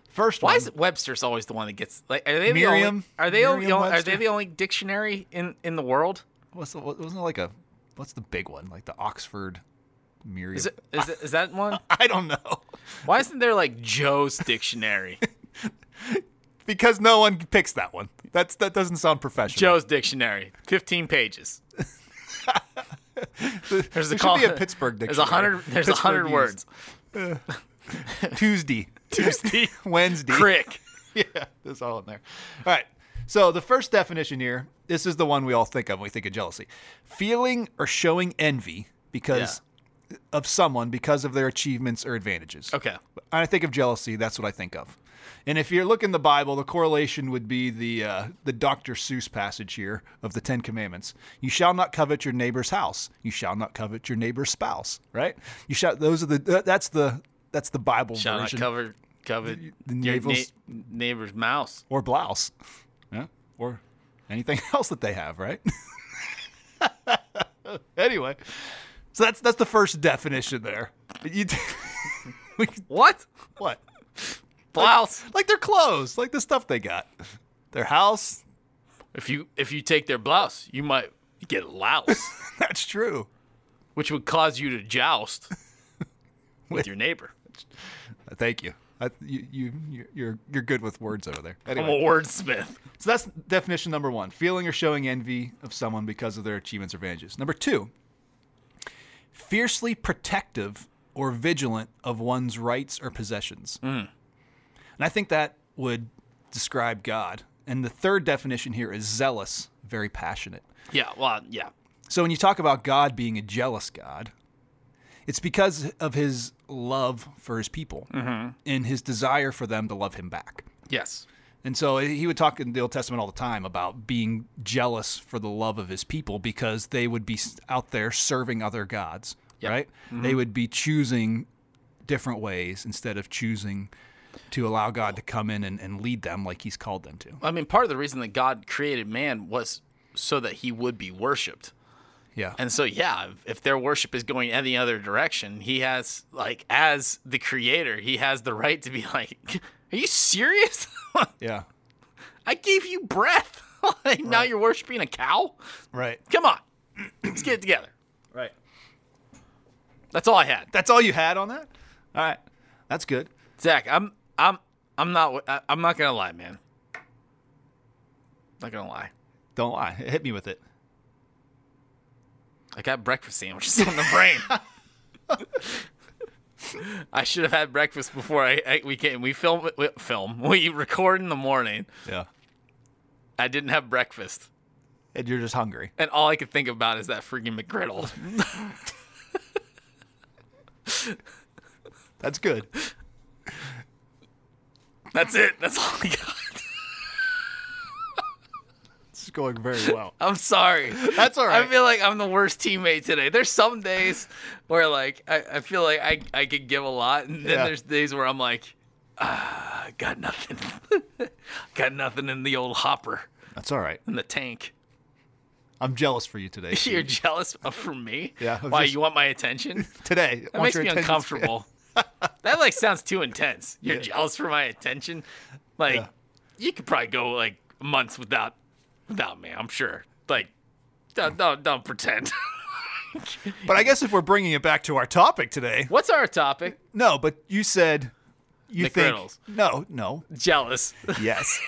First
Why
one.
is it Webster's always the one that gets like are they the only,
Merriam-
are they only, are
Merriam-Webster?
they the only dictionary in in the world?
what's the, what- wasn't it like a what's the big one like the Oxford Merriam?
Is it, is, it, is that one?
I don't know
Why isn't there like Joe's dictionary?
because no one picks that one. That's that doesn't sound professional.
Joe's dictionary, 15 pages. There's
there should
col-
be a Pittsburgh
There's a
dictionary.
hundred. There's a
Pittsburgh
hundred
use.
words.
Tuesday,
Tuesday,
Wednesday,
crick.
yeah, that's all in there. All right. So the first definition here, this is the one we all think of when we think of jealousy. Feeling or showing envy because of someone because of their achievements or advantages.
Okay.
When I think of jealousy, that's what I think of. And if you're looking the Bible, the correlation would be the uh, the Dr. Seuss passage here of the Ten Commandments. You shall not covet your neighbor's house. You shall not covet your neighbor's spouse. Right? You shall. Those are the. uh, that's the. That's the Bible
Shall not
version
cover covet
The
your na-
navels-
neighbor's mouse.
or blouse, yeah, or anything else that they have. Right? anyway, so that's that's the first definition there. You,
What?
what?
Blouse.
Like their clothes, like the stuff they got, their house,
If you if you take their blouse, you might get louse,
That's true.
which would cause you to joust with your neighbor.
Uh, Thank you. I, you, you, you're- you're, you're good with words over there.
I'm
Anyway,
a wordsmith.
so that's definition number one feeling or showing envy of someone because of their achievements or advantages. Number two, fiercely protective or vigilant of one's rights or possessions. And I think that would describe God. And the third definition here is zealous, very passionate.
Yeah. Well. Yeah.
So when you talk about God being a jealous God, it's because of his love for his people and his desire for them to love him back.
Yes.
And so he would talk in the Old Testament all the time about being jealous for the love of his people because they would be s- out there serving other gods, right? They would be choosing different ways instead of choosing to allow God to come in and, and lead them like he's called them to.
I mean, part of the reason that God created man was so that he would be worshipped.
Yeah.
And so, yeah, if- if their worship is going any other direction, he has, like, as the creator, he has the right to be like, Are you serious?
yeah.
I gave you breath. like, Now you're worshiping a cow?
Right.
Come on. Let's get it together.
Right.
That's all I had.
That's all you had on that? All right. That's good.
Zach, I'm, I'm, I'm not, I- I'm not gonna lie, man. Not gonna lie.
Don't lie. Hit me with it.
I got breakfast sandwiches on the brain. I should have had breakfast before I, I we came. We film we film. We record in the morning.
Yeah.
I didn't have breakfast,
And you're just hungry.
and all I could think about is that freaking McGriddle.
That's good.
That's it. That's all I got.
It's going very well.
I'm sorry.
That's all
I feel like I'm the worst teammate today. There's some days where like I, I feel like I, I could give a lot, and then
Yeah.
there's days where I'm like, ah, got nothing, got nothing in the old hopper
That's all right.
in the tank.
I'm jealous for you today. Steve.
You're jealous of for me?
Yeah, I'm
Why
just-
you want my attention?
Today.
That makes me uncomfortable. that like sounds too intense. You're
Yeah.
jealous for my attention? Like
Yeah.
you could probably go like months without without me, I'm sure. Like don't don't, don't pretend.
But I guess if we're bringing it back to our topic today.
What's our topic?
No, but you said you think.
McGriddles.
No, no.
Jealous.
Yes.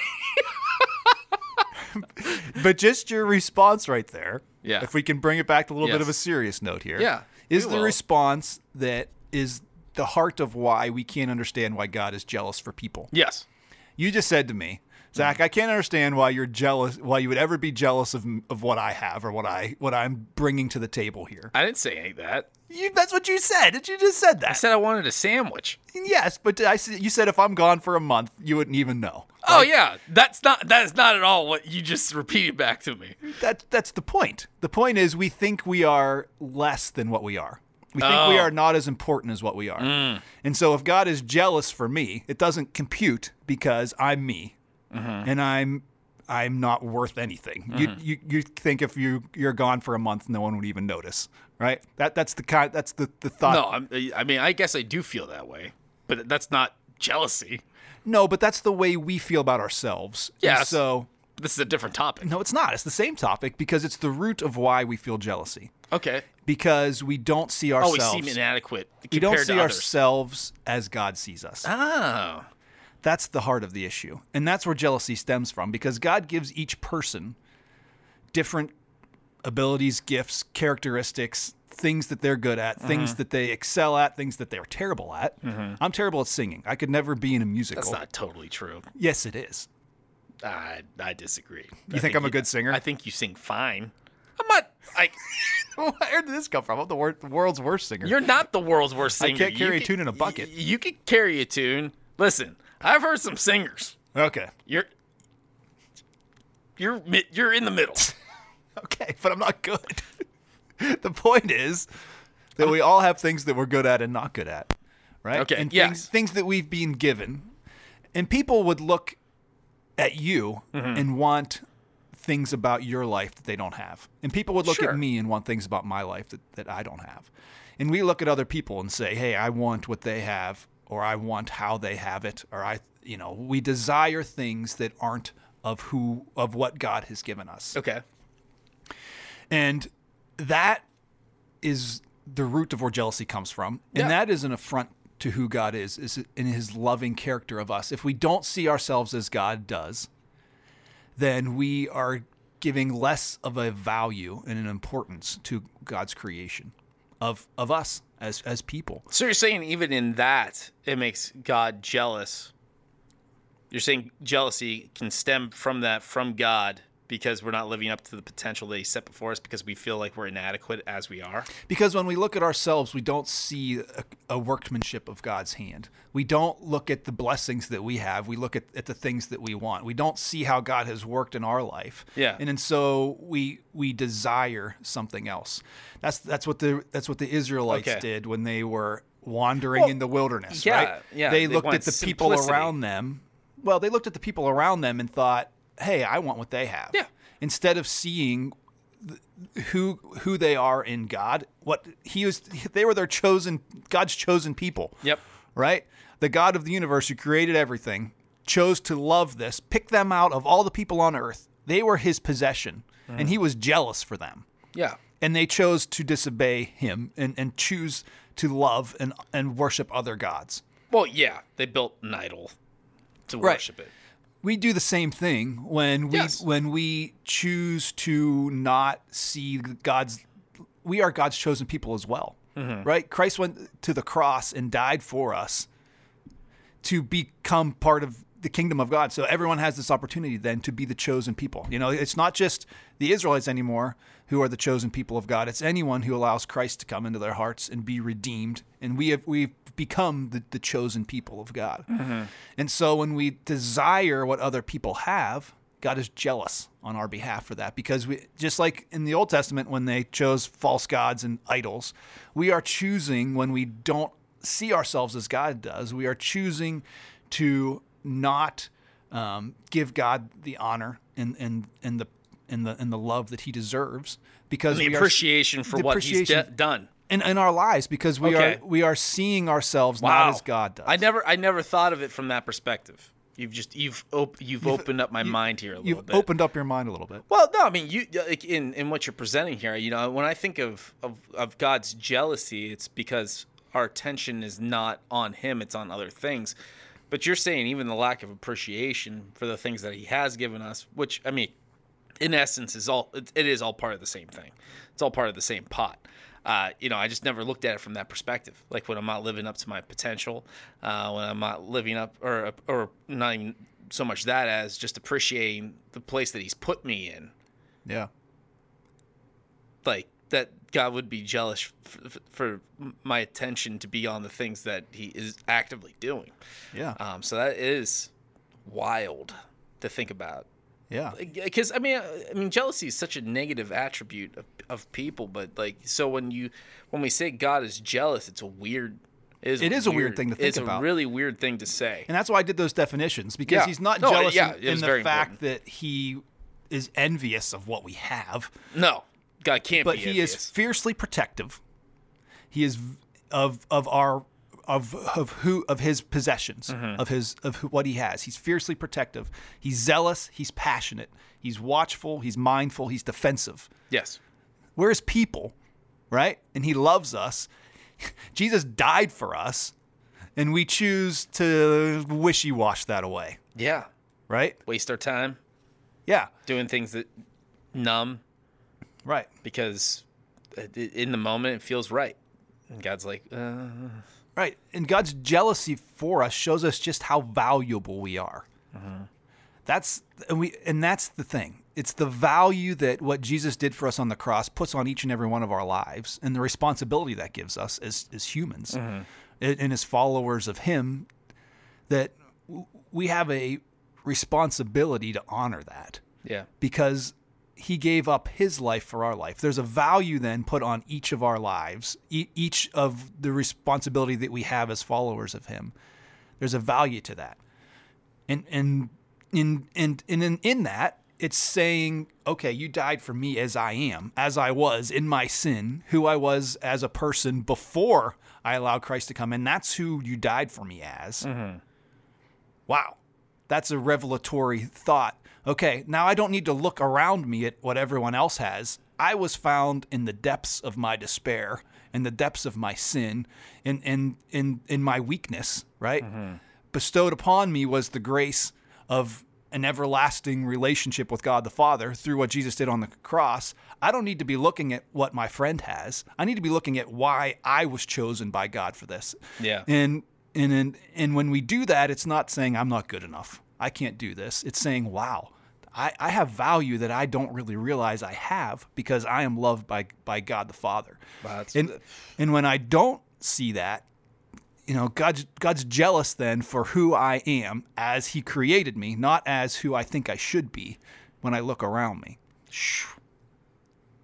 but just your response right there.
Yeah.
If we can bring it back to a little bit
Yes.
of a serious note here.
Yeah,
Is
we
the
will.
response that is the heart of why we can't understand why God is jealous for people.
yes.
you just said to me, Zach, I can't understand why you're jealous, why you would ever be jealous of of what I have or what I what I'm bringing to the table here.
I didn't say any of that.
You, that's what you said. Did You just said
I
that.
said I wanted a sandwich.
Yes, but I said- you said if I'm gone for a month, you wouldn't even know.
Oh yeah. That's not that is not at all what you just repeated back to me.
That that's the point. The point is we think we are less than what we are. We think we
Oh. Mm.
are not as important as what we are. And so if God is jealous for me, it doesn't compute because I'm me.
Mm-hmm.
And I'm I'm not worth anything. You, you you think if you you're gone for a month no one would even notice, right? That that's the kind that's the the thought.
No, I'm, I mean I guess I do feel that way, but that's not jealousy.
No, but that's the way we feel about ourselves. And
Yes.
So
This is a different topic.
no, it's not. It's the same topic because it's the root of why we feel jealousy.
Okay.
Because we don't see ourselves.
Always seem Oh, inadequate compared
we don't
to
see
others.
ourselves as God sees us.
Oh.
That's the heart of the issue. And that's where jealousy stems from because God gives each person different abilities, gifts, characteristics, things that they're good at, things that they excel at, things that they're terrible at. I'm terrible at singing. I could never be in a musical.
That's not totally true.
yes, it is.
I I disagree.
You think, I'm a good singer?
I think you sing fine. I'm not I
Where did this come from? I'm the wor- world's worst singer.
you're not the world's worst singer.
can't
You
carry a
can-
tune in a bucket.
y- You, can carry a tune. Listen, I've heard some singers.
Okay.
You're you're mi- you're in the middle.
Okay, but I'm not good. the point is that we all have things that we're good at and not good at, right?
Okay,
And
yes.
things, things that we've been given. And people would look at you
Mm-hmm.
and want things about your life that they don't have. And people would look
Sure.
at me and want things about my life that, that I don't have. And we look at other people and say, hey, I want what they have, or I want how they have it, or I, you know, we desire things that aren't of who, of what God has given us.
Okay.
And that is the root of where jealousy comes from.
Yeah.
And that is an affront to who God is, is in his loving character of us. If we don't see ourselves as God does, then we are giving less of a value and an importance to God's creation of of us as as people.
So you're saying even in that it makes God jealous. You're saying jealousy can stem from that from God because we're not living up to the potential that he set before us because we feel like we're inadequate as we are.
Because when we look at ourselves, we don't see a, a workmanship of God's hand. We don't look at the blessings that we have. We look at, at the things that we want. We don't see how God has worked in our life.
Yeah.
And and so we we desire something else. That's that's what the that's what the Israelites
Okay.
did when they were wandering in the wilderness.
yeah,
right?
yeah,
They,
they
looked
want
at the people
simplicity.
around them. Well, they looked at the people around them and thought, "Hey, I want what they have."
Yeah.
Instead of seeing th- who who they are in God, what He was, they were their chosen God's chosen people
Yep.
right? The God of the universe who created everything chose to love this, pick them out of all the people on earth. They were his possession, and he was jealous for them.
Yeah.
And they chose to disobey him and, and choose to love and, and worship other gods.
Well, yeah, they built an idol to worship it.
we do the same thing when we
Yes.
when we choose to not see God's we are God's chosen people as well. Right? Christ went to the cross and died for us to become part of the kingdom of God. So everyone has this opportunity then to be the chosen people. You know, it's not just the Israelites anymore who are the chosen people of God. It's anyone who allows Christ to come into their hearts and be redeemed. And we have we've become the, the chosen people of God. And so when we desire what other people have, God is jealous on our behalf for that because we just like in the Old Testament when they chose false gods and idols, we are choosing when we don't see ourselves as God does, we are choosing to not um, give God the honor and and and the and the and the love that He deserves because
The
we are
appreciation for
the
what he's de-
appreciation-
done.
in, in our lives because we
Okay.
are we are seeing ourselves
Wow.
not as God does.
I never I never thought of it from that perspective. You've just you've op- you've, opened up my mind here a little
You've
bit.
opened up your mind a little bit.
Well, no, I mean, you like in in what you're presenting here, you know, when I think of of, of God's jealousy, it's because our attention is not on Him; it's on other things. But you're saying even the lack of appreciation for the things that He has given us, which I mean, in essence, is all it, it is all part of the same thing. It's all part of the same pot. Uh, you know, I just never looked at it from that perspective. Like when I'm not living up to my potential, uh, when I'm not living up, or or not even so much that as just appreciating the place that He's put me in.
Yeah.
Like that God would be jealous f- f- for my attention to be on the things that He is actively doing.
Yeah.
Um, so that is wild to think about.
Yeah.
because I mean, I mean, jealousy is such a negative attribute of, of people. But like, so when you when we say God is jealous, it's a weird. It is,
It is a weird thing to think
it's
about.
a really weird thing to say.
And that's why I did those definitions because
Yeah.
he's not
No,
jealous in,
yeah, it was
in the
very
fact that he is envious of what we have,
No, God can't.
but
be
he is
envious.
fiercely protective. He is v- of of our of of who of his possessions,
Mm-hmm.
of his of who, what he has. He's fiercely protective. He's zealous, he's passionate, he's watchful, he's mindful, he's defensive.
yes.
We're his people, right? And he loves us. Jesus died for us, and we choose to wishy-wash that away,
Yeah.
right?
Waste our time
Yeah,
doing things that numb
right.
because it- it- in the moment it feels right. And God's like, uh,
Right. And God's jealousy for us shows us just how valuable we are. That's and we and that's the thing. It's the value that what Jesus did for us on the cross puts on each and every one of our lives and the responsibility that gives us as as humans and, and as followers of him that w- we have a responsibility to honor that
Yeah.
because he gave up his life for our life. There's a value then put on each of our lives, e- each of the responsibility that we have as followers of him. There's a value to that. And and in and in, in, in that, it's saying, okay, you died for me as I am, as I was in my sin, who I was as a person before I allowed Christ to come in. That's who you died for me as. Wow. That's a revelatory thought. Okay, now I don't need to look around me at what everyone else has. I was found in the depths of my despair, in the depths of my sin, in in in, in my weakness, right? Bestowed upon me was the grace of an everlasting relationship with God the Father through what Jesus did on the cross. I don't need to be looking at what my friend has. I need to be looking at why I was chosen by God for this.
Yeah.
And and and, and when we do that, it's not saying I'm not good enough. I can't do this. It's saying, wow, I, I have value that I don't really realize I have because I am loved by by God the Father.
Wow, that's-
and and when I don't see that, you know, God's God's jealous then for who I am as He created me, not as who I think I should be when I look around me.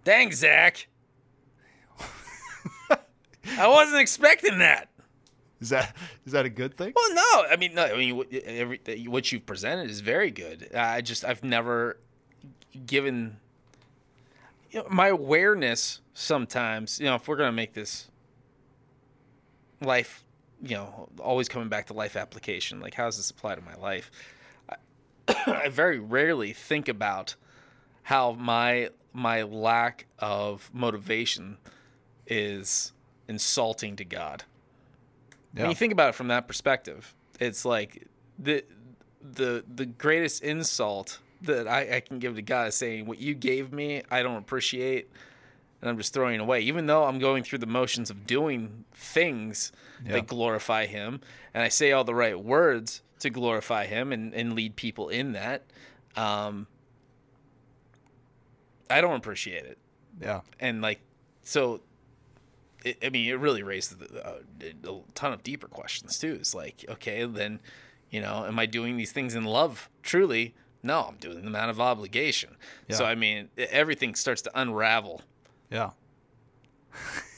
Dang, Zach. I wasn't expecting that.
Is that is that a good thing?
Well, no, I mean, no, I mean, what- every, what you've presented is very good. I just, I've never given you know, my awareness. Sometimes, you know, if we're gonna make this life, you know, always coming back to life application, like how does this apply to my life? I, I very rarely think about how my my lack of motivation is insulting to God.
Yeah.
When you think about it from that perspective, it's like the the the greatest insult that I, I can give to God is saying, "What you gave me, I don't appreciate, and I'm just throwing it away." Even though I'm going through the motions of doing things that glorify Him, and I say all the right words to glorify Him and and lead people in that, um, I don't appreciate it
Yeah.
and like so it, i mean it really raised the- uh, a ton of deeper questions too it's like okay then you know am i doing these things in love truly no i'm doing them out of obligation so
Yeah.
i mean e- everything starts to unravel
Yeah.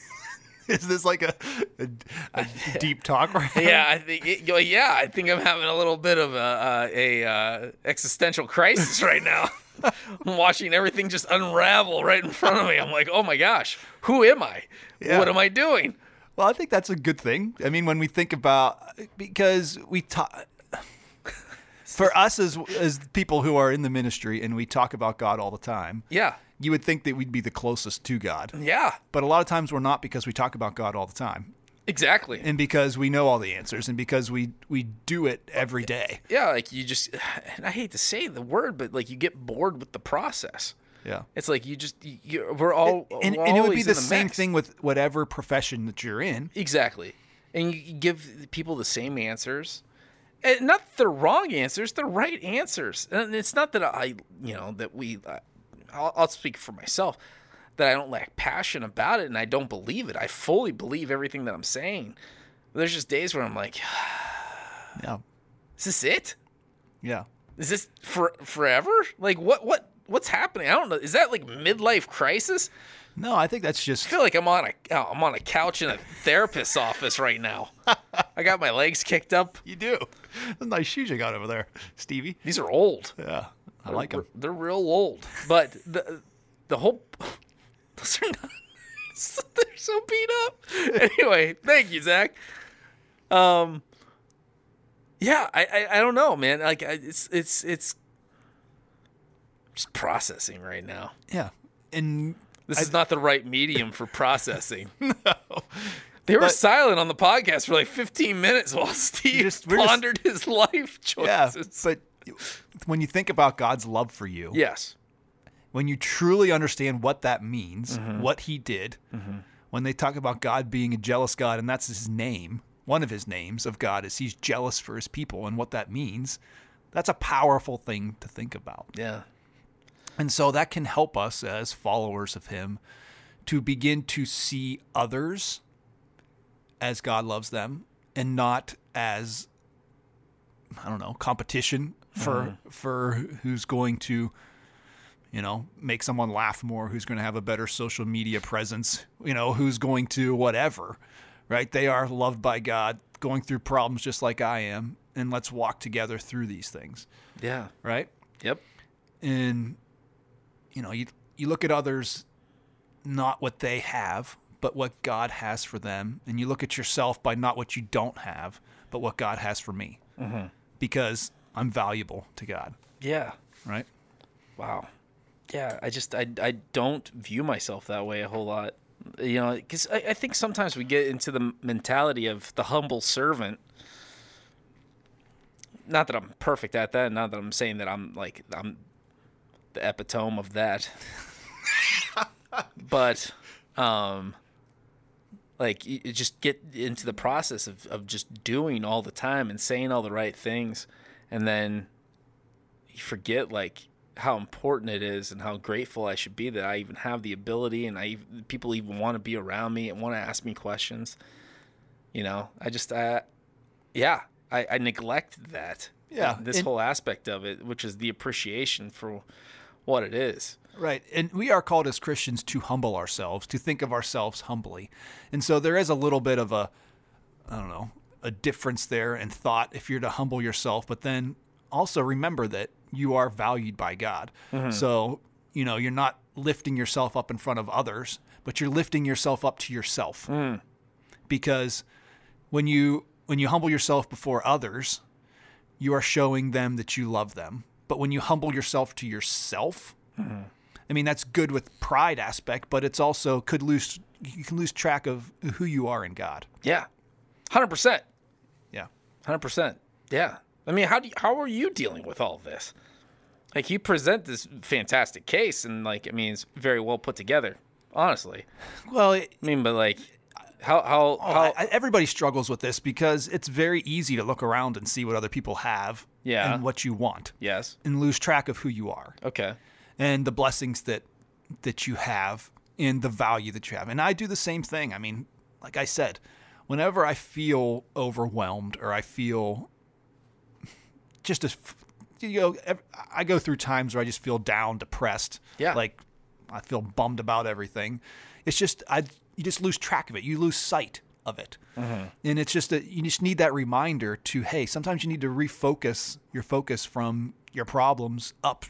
Is this like a, a, a deep talk? Right
yeah i think it, well, yeah i think i'm having a little bit of a, a, a uh, existential crisis right now i'm watching everything just unravel right in front of me i'm like oh my gosh who am i
Yeah.
what am i doing
Well, I think that's a good thing. I mean, when we think about because we talk for us as as people who are in the ministry and we talk about God all the time,
yeah
you would think that we'd be the closest to God.
yeah
But a lot of times we're not because we talk about God all the time
exactly
and because we know all the answers and because we we do it every day.
yeah, like you just, and I hate to say the word, but like you get bored with the process.
Yeah.
It's like you just, you, you- we're all,
And,
we're
and it would
always
be
in
the same
mix.
thing with whatever profession that you're in.
Exactly. And you- you give people the same answers. And not that they're wrong answers, they're right answers. And it's not that I, you know, that we, I- I'll, I'll speak for myself, that I don't lack passion about it and I don't believe it. I fully believe everything that I'm saying. There's just days where I'm like,
Yeah.
is this it?
Yeah.
Is this for forever? Like what what what's happening? I don't know. Is that like midlife crisis?
No, I think that's just
I feel like I'm on a oh, I'm on a couch in a therapist's office right now. I got my legs kicked up.
You do. Those nice shoes you got over there, Stevie.
These are old.
Yeah, I like them.
They're real old. But the the whole those are not they're so beat up. Anyway, thank you, Zach. Um yeah, I, I, I don't know, man. Like I, it's it's it's just processing right now.
Yeah, and
This is not the right medium for processing. no. They were silent on the podcast for like 15 minutes while Steve
just- we're just-
pondered his life
yeah,
choices.
but when you think about God's love for you,
yes.
when you truly understand what that means, what He did, when they talk about God being a jealous God, and that's His name, one of His names of God is He's jealous for His people, and what that means, that's a powerful thing to think about.
Yeah.
And so that can help us as followers of Him to begin to see others as God loves them and not as I don't know competition for for who's going to you know make someone laugh more, who's going to have a better social media presence, you know who's going to whatever, right? They are loved by God, going through problems just like I am, and let's walk together through these things,
Yeah.
right?
Yep.
and you know you you look at others not what they have but what god has for them and you look at yourself by not what you don't have but what god has for me because i'm valuable to god
Yeah.
right
Wow. Yeah, I just I I don't view myself that way a whole lot. You know, because I, I think sometimes we get into the mentality of the humble servant. Not that I'm perfect at that. Not that I'm saying that I'm like I'm the epitome of that. but, um, like you you just get into the process of of just doing all the time and saying all the right things, and then you forget like how important it is and how grateful I should be that I even have the ability and I ev- people even want to be around me and want to ask me questions. You know, I just uh, yeah, I, I neglect that.
Yeah,
this
and-
whole aspect of it, which is the appreciation for what it is.
Right. And we are called as Christians to humble ourselves, to think of ourselves humbly. And so there is a little bit of a, I don't know, a difference there in thought if you're to humble yourself, but then also remember that you are valued by God. So, you know, you're not lifting yourself up in front of others, but you're lifting yourself up to yourself. Because when you when you humble yourself before others, you are showing them that you love them. But when you humble yourself to yourself, I mean, that's good with pride aspect, but it's also could lose you can lose track of who you are in God.
Yeah, hundred percent,
Yeah.
hundred percent. Yeah, I mean, how do you, how are you dealing with all of this? Like you present this fantastic case, and like I mean, it's very well put together. Honestly,
Well, it,
I mean, but like, how how how?
Oh, I- everybody struggles with this because it's very easy to look around and see what other people have
Yeah.
and what you want
yes.
and lose track of who you are
Okay.
and the blessings that that you have and the value that you have. And I do the same thing. I mean, like I said, whenever I feel overwhelmed or I feel just as you know, ev- I go through times where I just feel down, depressed.
Yeah.
like I feel bummed about everything. It's just I you just lose track of it. You lose sight of it, and it's just that you just need that reminder to hey, sometimes you need to refocus your focus from your problems up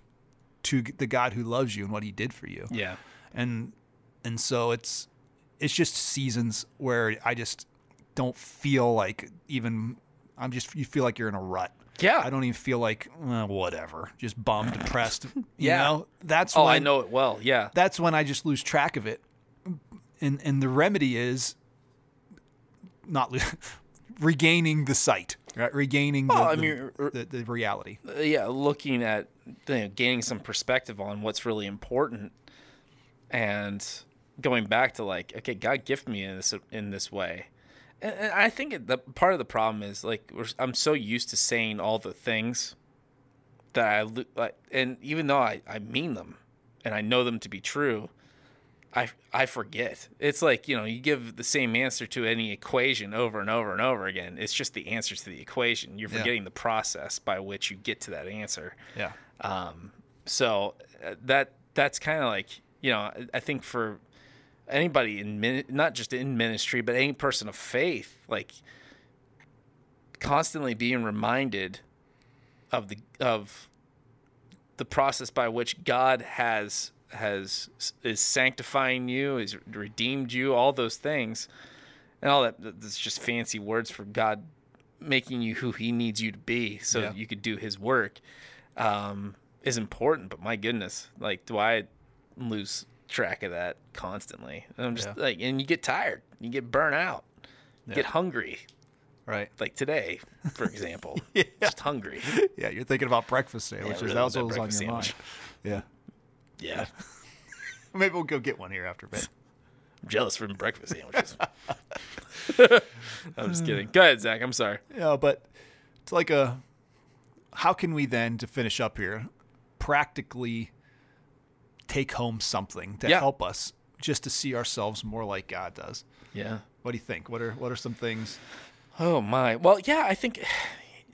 to the God who loves you and what He did for you.
Yeah.
and and so it's it's just seasons where I just don't feel like even I'm just you feel like you're in a rut.
Yeah.
I don't even feel like uh, whatever, just bummed, depressed. You
Yeah.
know, that's
Oh,
when
I know it well. Yeah.
that's when I just lose track of it. And and the remedy is not lo- regaining the sight, right? Regaining the,
Well, I
the-
mean, r-
the, the reality.
Uh, yeah, looking at you know, gaining some perspective on what's really important, and going back to like, okay, God gifted me in this in this way, and, and I think the part of the problem is like we're, I'm so used to saying all the things that I lo- like, and even though I, I mean them and I know them to be true, I I forget. It's like you know you give the same answer to any equation over and over and over again. It's just the answer to the equation. You're forgetting the process by which you get to that answer.
Yeah.
So uh, that that's kind of like you know I- I think for anybody in min- not just in ministry but any person of faith like constantly being reminded of the of the process by which God has has is sanctifying you, is redeemed you, all those things, and all that. That's just fancy words for God making you who He needs you to be, so
Yeah.
you could do His work. Um, is important, but my goodness, like, do I lose track of that constantly? And I'm just
Yeah.
like, and you get tired, you get burnt out, you get hungry,
Right.
like today, for example, just hungry.
Yeah, you're thinking about breakfast sandwiches.
really
that was what
want
was
that
on your
breakfast
mind.
Yeah.
Yeah. Maybe we'll go get one here after a bit.
I'm jealous for breakfast sandwiches. I'm just kidding. Go ahead, Zach. I'm sorry.
yeah, but it's like a how can we then to finish up here practically take home something to
Yeah.
help us just to see ourselves more like God does.
Yeah.
What do you think? What are what are some things?
Oh my. Well, yeah. I think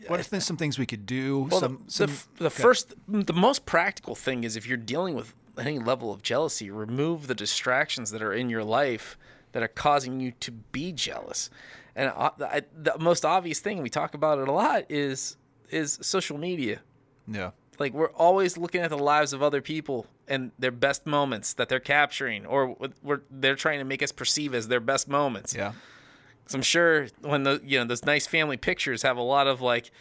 What if there's some things we could do?
Well,
some,
the,
some
the, f- the first, the most practical thing is if you're dealing with any level of jealousy, remove the distractions that are in your life that are causing you to be jealous. And I, I, the most obvious thing we talk about it a lot is is social media.
yeah.
Like we're always looking at the lives of other people and their best moments that they're capturing, or what we're, they're trying to make us perceive as their best moments.
Yeah.
So I'm sure when the you know those nice family pictures have a lot of like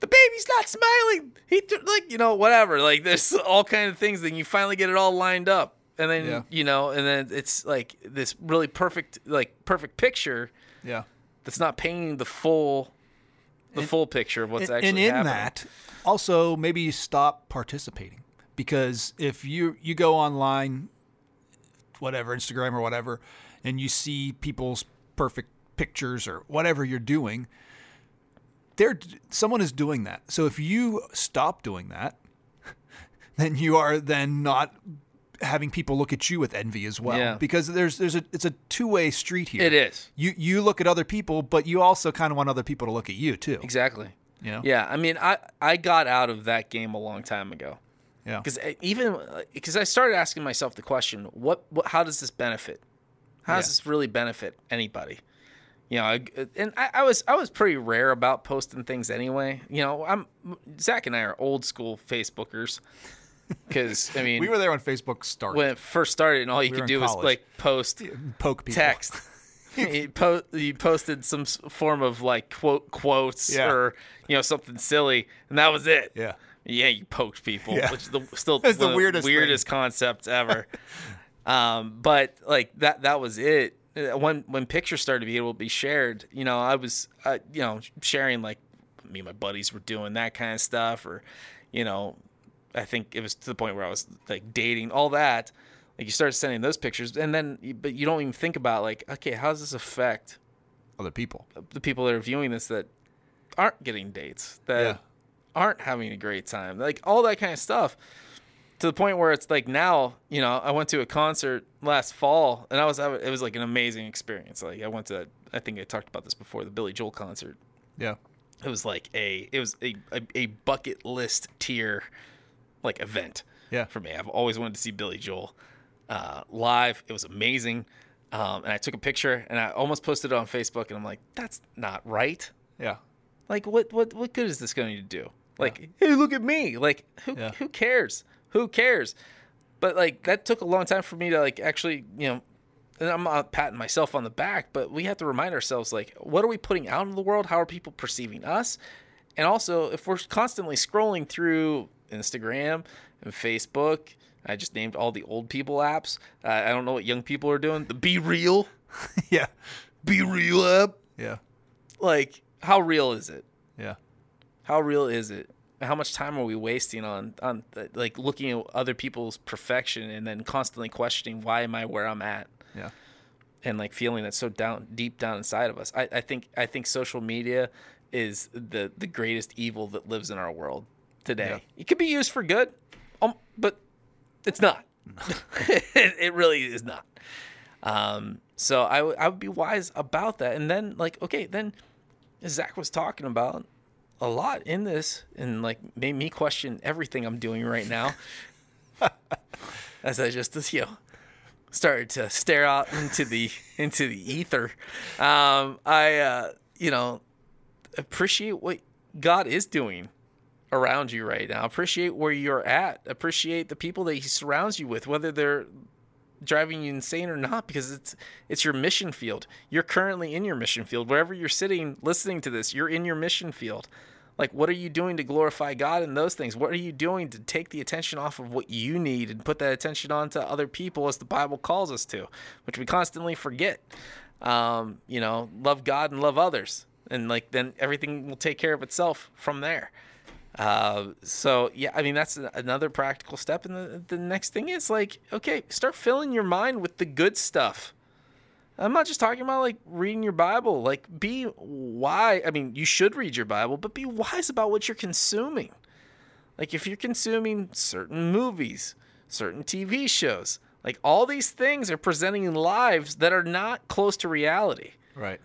the baby's not smiling. He th- like you know whatever like there's all kind of things. Then you finally get it all lined up, and then
Yeah.
you know, and then it's like this really perfect like perfect picture
Yeah.
that's not painting the full the full picture of what's
and,
actually
and in
happening.
that also maybe stop participating because if you you go online whatever instagram or whatever and you see people's perfect pictures or whatever you're doing there someone is doing that so if you stop doing that then you are then not having people look at you with envy as well
Yeah.
because there's there's a it's a two-way street here
It is.
you you look at other people but you also kind of want other people to look at you too
exactly.
you know?
Yeah, I mean, I I got out of that game a long time ago.
yeah
because even because I started asking myself the question, what, what how does this benefit? How does
Yeah.
this really benefit anybody? You know, I, uh, and I, I was I was pretty rare about posting things anyway. You know, I'm Zach and I are old school Facebookers because I mean
We were there when Facebook started.
when it first started and all you
we were
could
in
do was
college.
like post
Poke people.
text. you, po- you posted some s- form of like quote quotes
Yeah.
or you know something silly, and that was it.
Yeah.
Yeah, you poked people,
Yeah.
which is the, still
That's the
one of
weirdest thing.
weirdest concept ever. um, but like that that was it. Uh, When when pictures started to be able to be shared, you know, I was uh, you know sharing like me and my buddies were doing that kind of stuff, or you know, I think it was to the point where I was like dating all that. Like you started sending those pictures, and then you- but you don't even think about like, okay, how does this affect
Other people.
the people that are viewing this that aren't getting dates that
Yeah.
aren't having a great time like all that kind of stuff to the point where it's like now you know i went to a concert last fall and i was it was like an amazing experience like i went to i think i talked about this before the billy joel concert
Yeah.
it was like a it was a, a, a bucket list tier like event
Yeah.
for me i've always wanted to see billy joel uh, live it was amazing um, and i took a picture and i almost posted it on facebook and i'm like that's not right
Yeah.
like what what what good is this going to do like hey look at me like who
Yeah.
who cares who cares but like that took a long time for me to like actually you know and I'm not patting myself on the back, but we have to remind ourselves like, what are we putting out in the world? How are people perceiving us? And also, if we're constantly scrolling through Instagram and Facebook, I just named all the old people apps. Uh, I don't know what young people are doing. The Be Real,
Yeah.
Be Real app.
Yeah.
Like, how real is it?
Yeah.
how real is it how much time are we wasting on on like looking at other people's perfection and then constantly questioning why am i where i'm at
Yeah.
and like feeling that so down deep down inside of us i, I think i think social media is the the greatest evil that lives in our world today
Yeah.
it could be used for good um, but it's not it, it really is not um, so I would- I would be wise about that. And then, like, okay, then Zach was talking about a lot in this and, like, made me question everything I'm doing right now. As I just, you know, started to stare out into the into the ether. Um, I, uh, you know, appreciate what God is doing around you right now. Appreciate where you're at. Appreciate the people that He surrounds you with, whether they're driving you insane or not, because it's it's your mission field. You're currently in your mission field. Wherever you're sitting, listening to this, you're in your mission field. Like, what are you doing to glorify God in those things? What are you doing to take the attention off of what you need and put that attention on to other people as the Bible calls us to, which we constantly forget? Um, you know, love God and love others. And like, then everything will take care of itself from there. Uh, so yeah, I mean that's a- another practical step, and the the next thing is like, okay, start filling your mind with the good stuff. I'm not just talking about like reading your Bible. Like, be wise. I mean, you should read your Bible, but be wise about what you're consuming. Like, if you're consuming certain movies, certain TV shows, like all these things are presenting lives that are not close to reality
Right.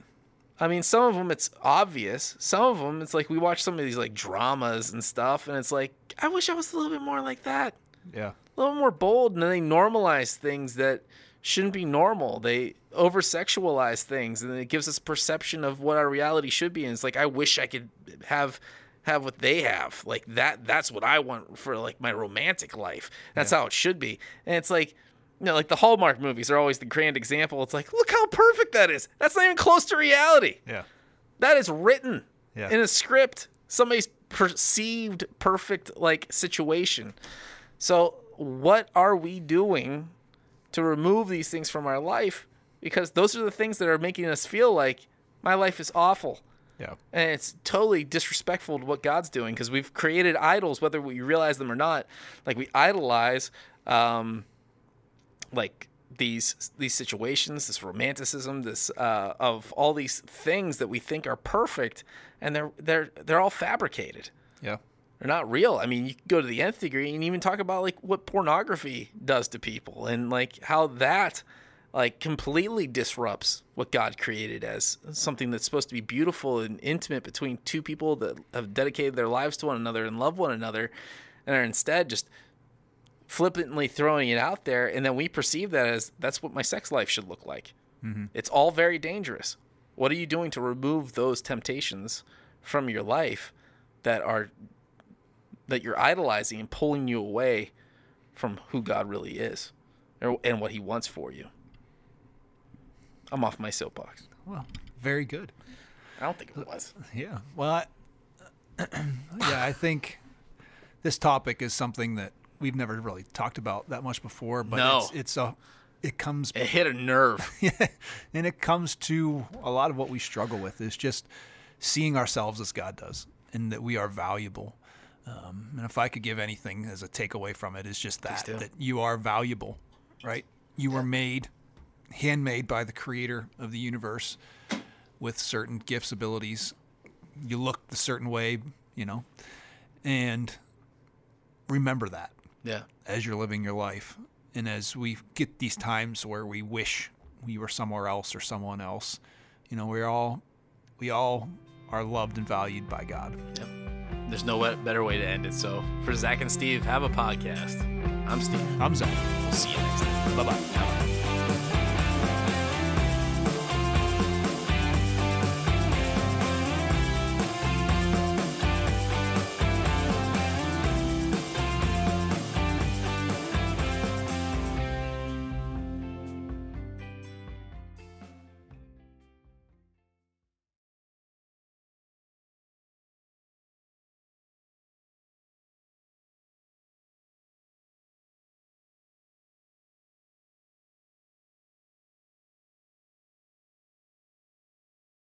I mean, some of them it's obvious. Some of them it's like we watch some of these like dramas and stuff, and it's like I wish I was a little bit more like that,
Yeah.
a little more bold. And then they normalize things that shouldn't be normal. They over sexualize things, and then it gives us perception of what our reality should be. And it's like I wish I could have have what they have like that that's what i want for like my romantic life that's how it should be and it's like you know like the hallmark movies are always the grand example it's like look how perfect that is that's not even close to reality
Yeah.
that is written
Yeah.
in a script somebody's perceived perfect like situation so what are we doing to remove these things from our life because those are the things that are making us feel like my life is awful
Yeah.
and it's totally disrespectful to what God's doing because we've created idols, whether we realize them or not. Like we idolize, um, like these these situations, this romanticism, this uh, of all these things that we think are perfect, and they're they're they're all fabricated.
Yeah.
They're not real. I mean, you can go to the nth degree and even talk about like what pornography does to people and like how that like completely disrupts what God created as something that's supposed to be beautiful and intimate between two people that have dedicated their lives to one another and love one another and are instead just flippantly throwing it out there and then we perceive that as that's what my sex life should look like. It's all very dangerous. What are you doing to remove those temptations from your life that are that you're idolizing and pulling you away from who God really is or- and what he wants for you. I'm off my soapbox.
Well, very good.
I don't think it was.
Yeah. Well, I, yeah, I think this topic is something that we've never really talked about that much before, but
No.
it's, it's a it comes
It hit a nerve.
and it comes to a lot of what we struggle with is just seeing ourselves as God does and that we are valuable. Um, and if I could give anything as a takeaway from it is just that
do.
that you are valuable, right? You were made handmade by the creator of the universe with certain gifts, abilities. You look a certain way, you know. And remember that
yeah.
as you're living your life and as we get these times where we wish we were somewhere else or someone else you know we're all we all are loved and valued by god
There's no we- better way to end it. So, for Zach and Steve, have a podcast. I'm Steve.
i'm zach
We'll see you next time. Bye bye.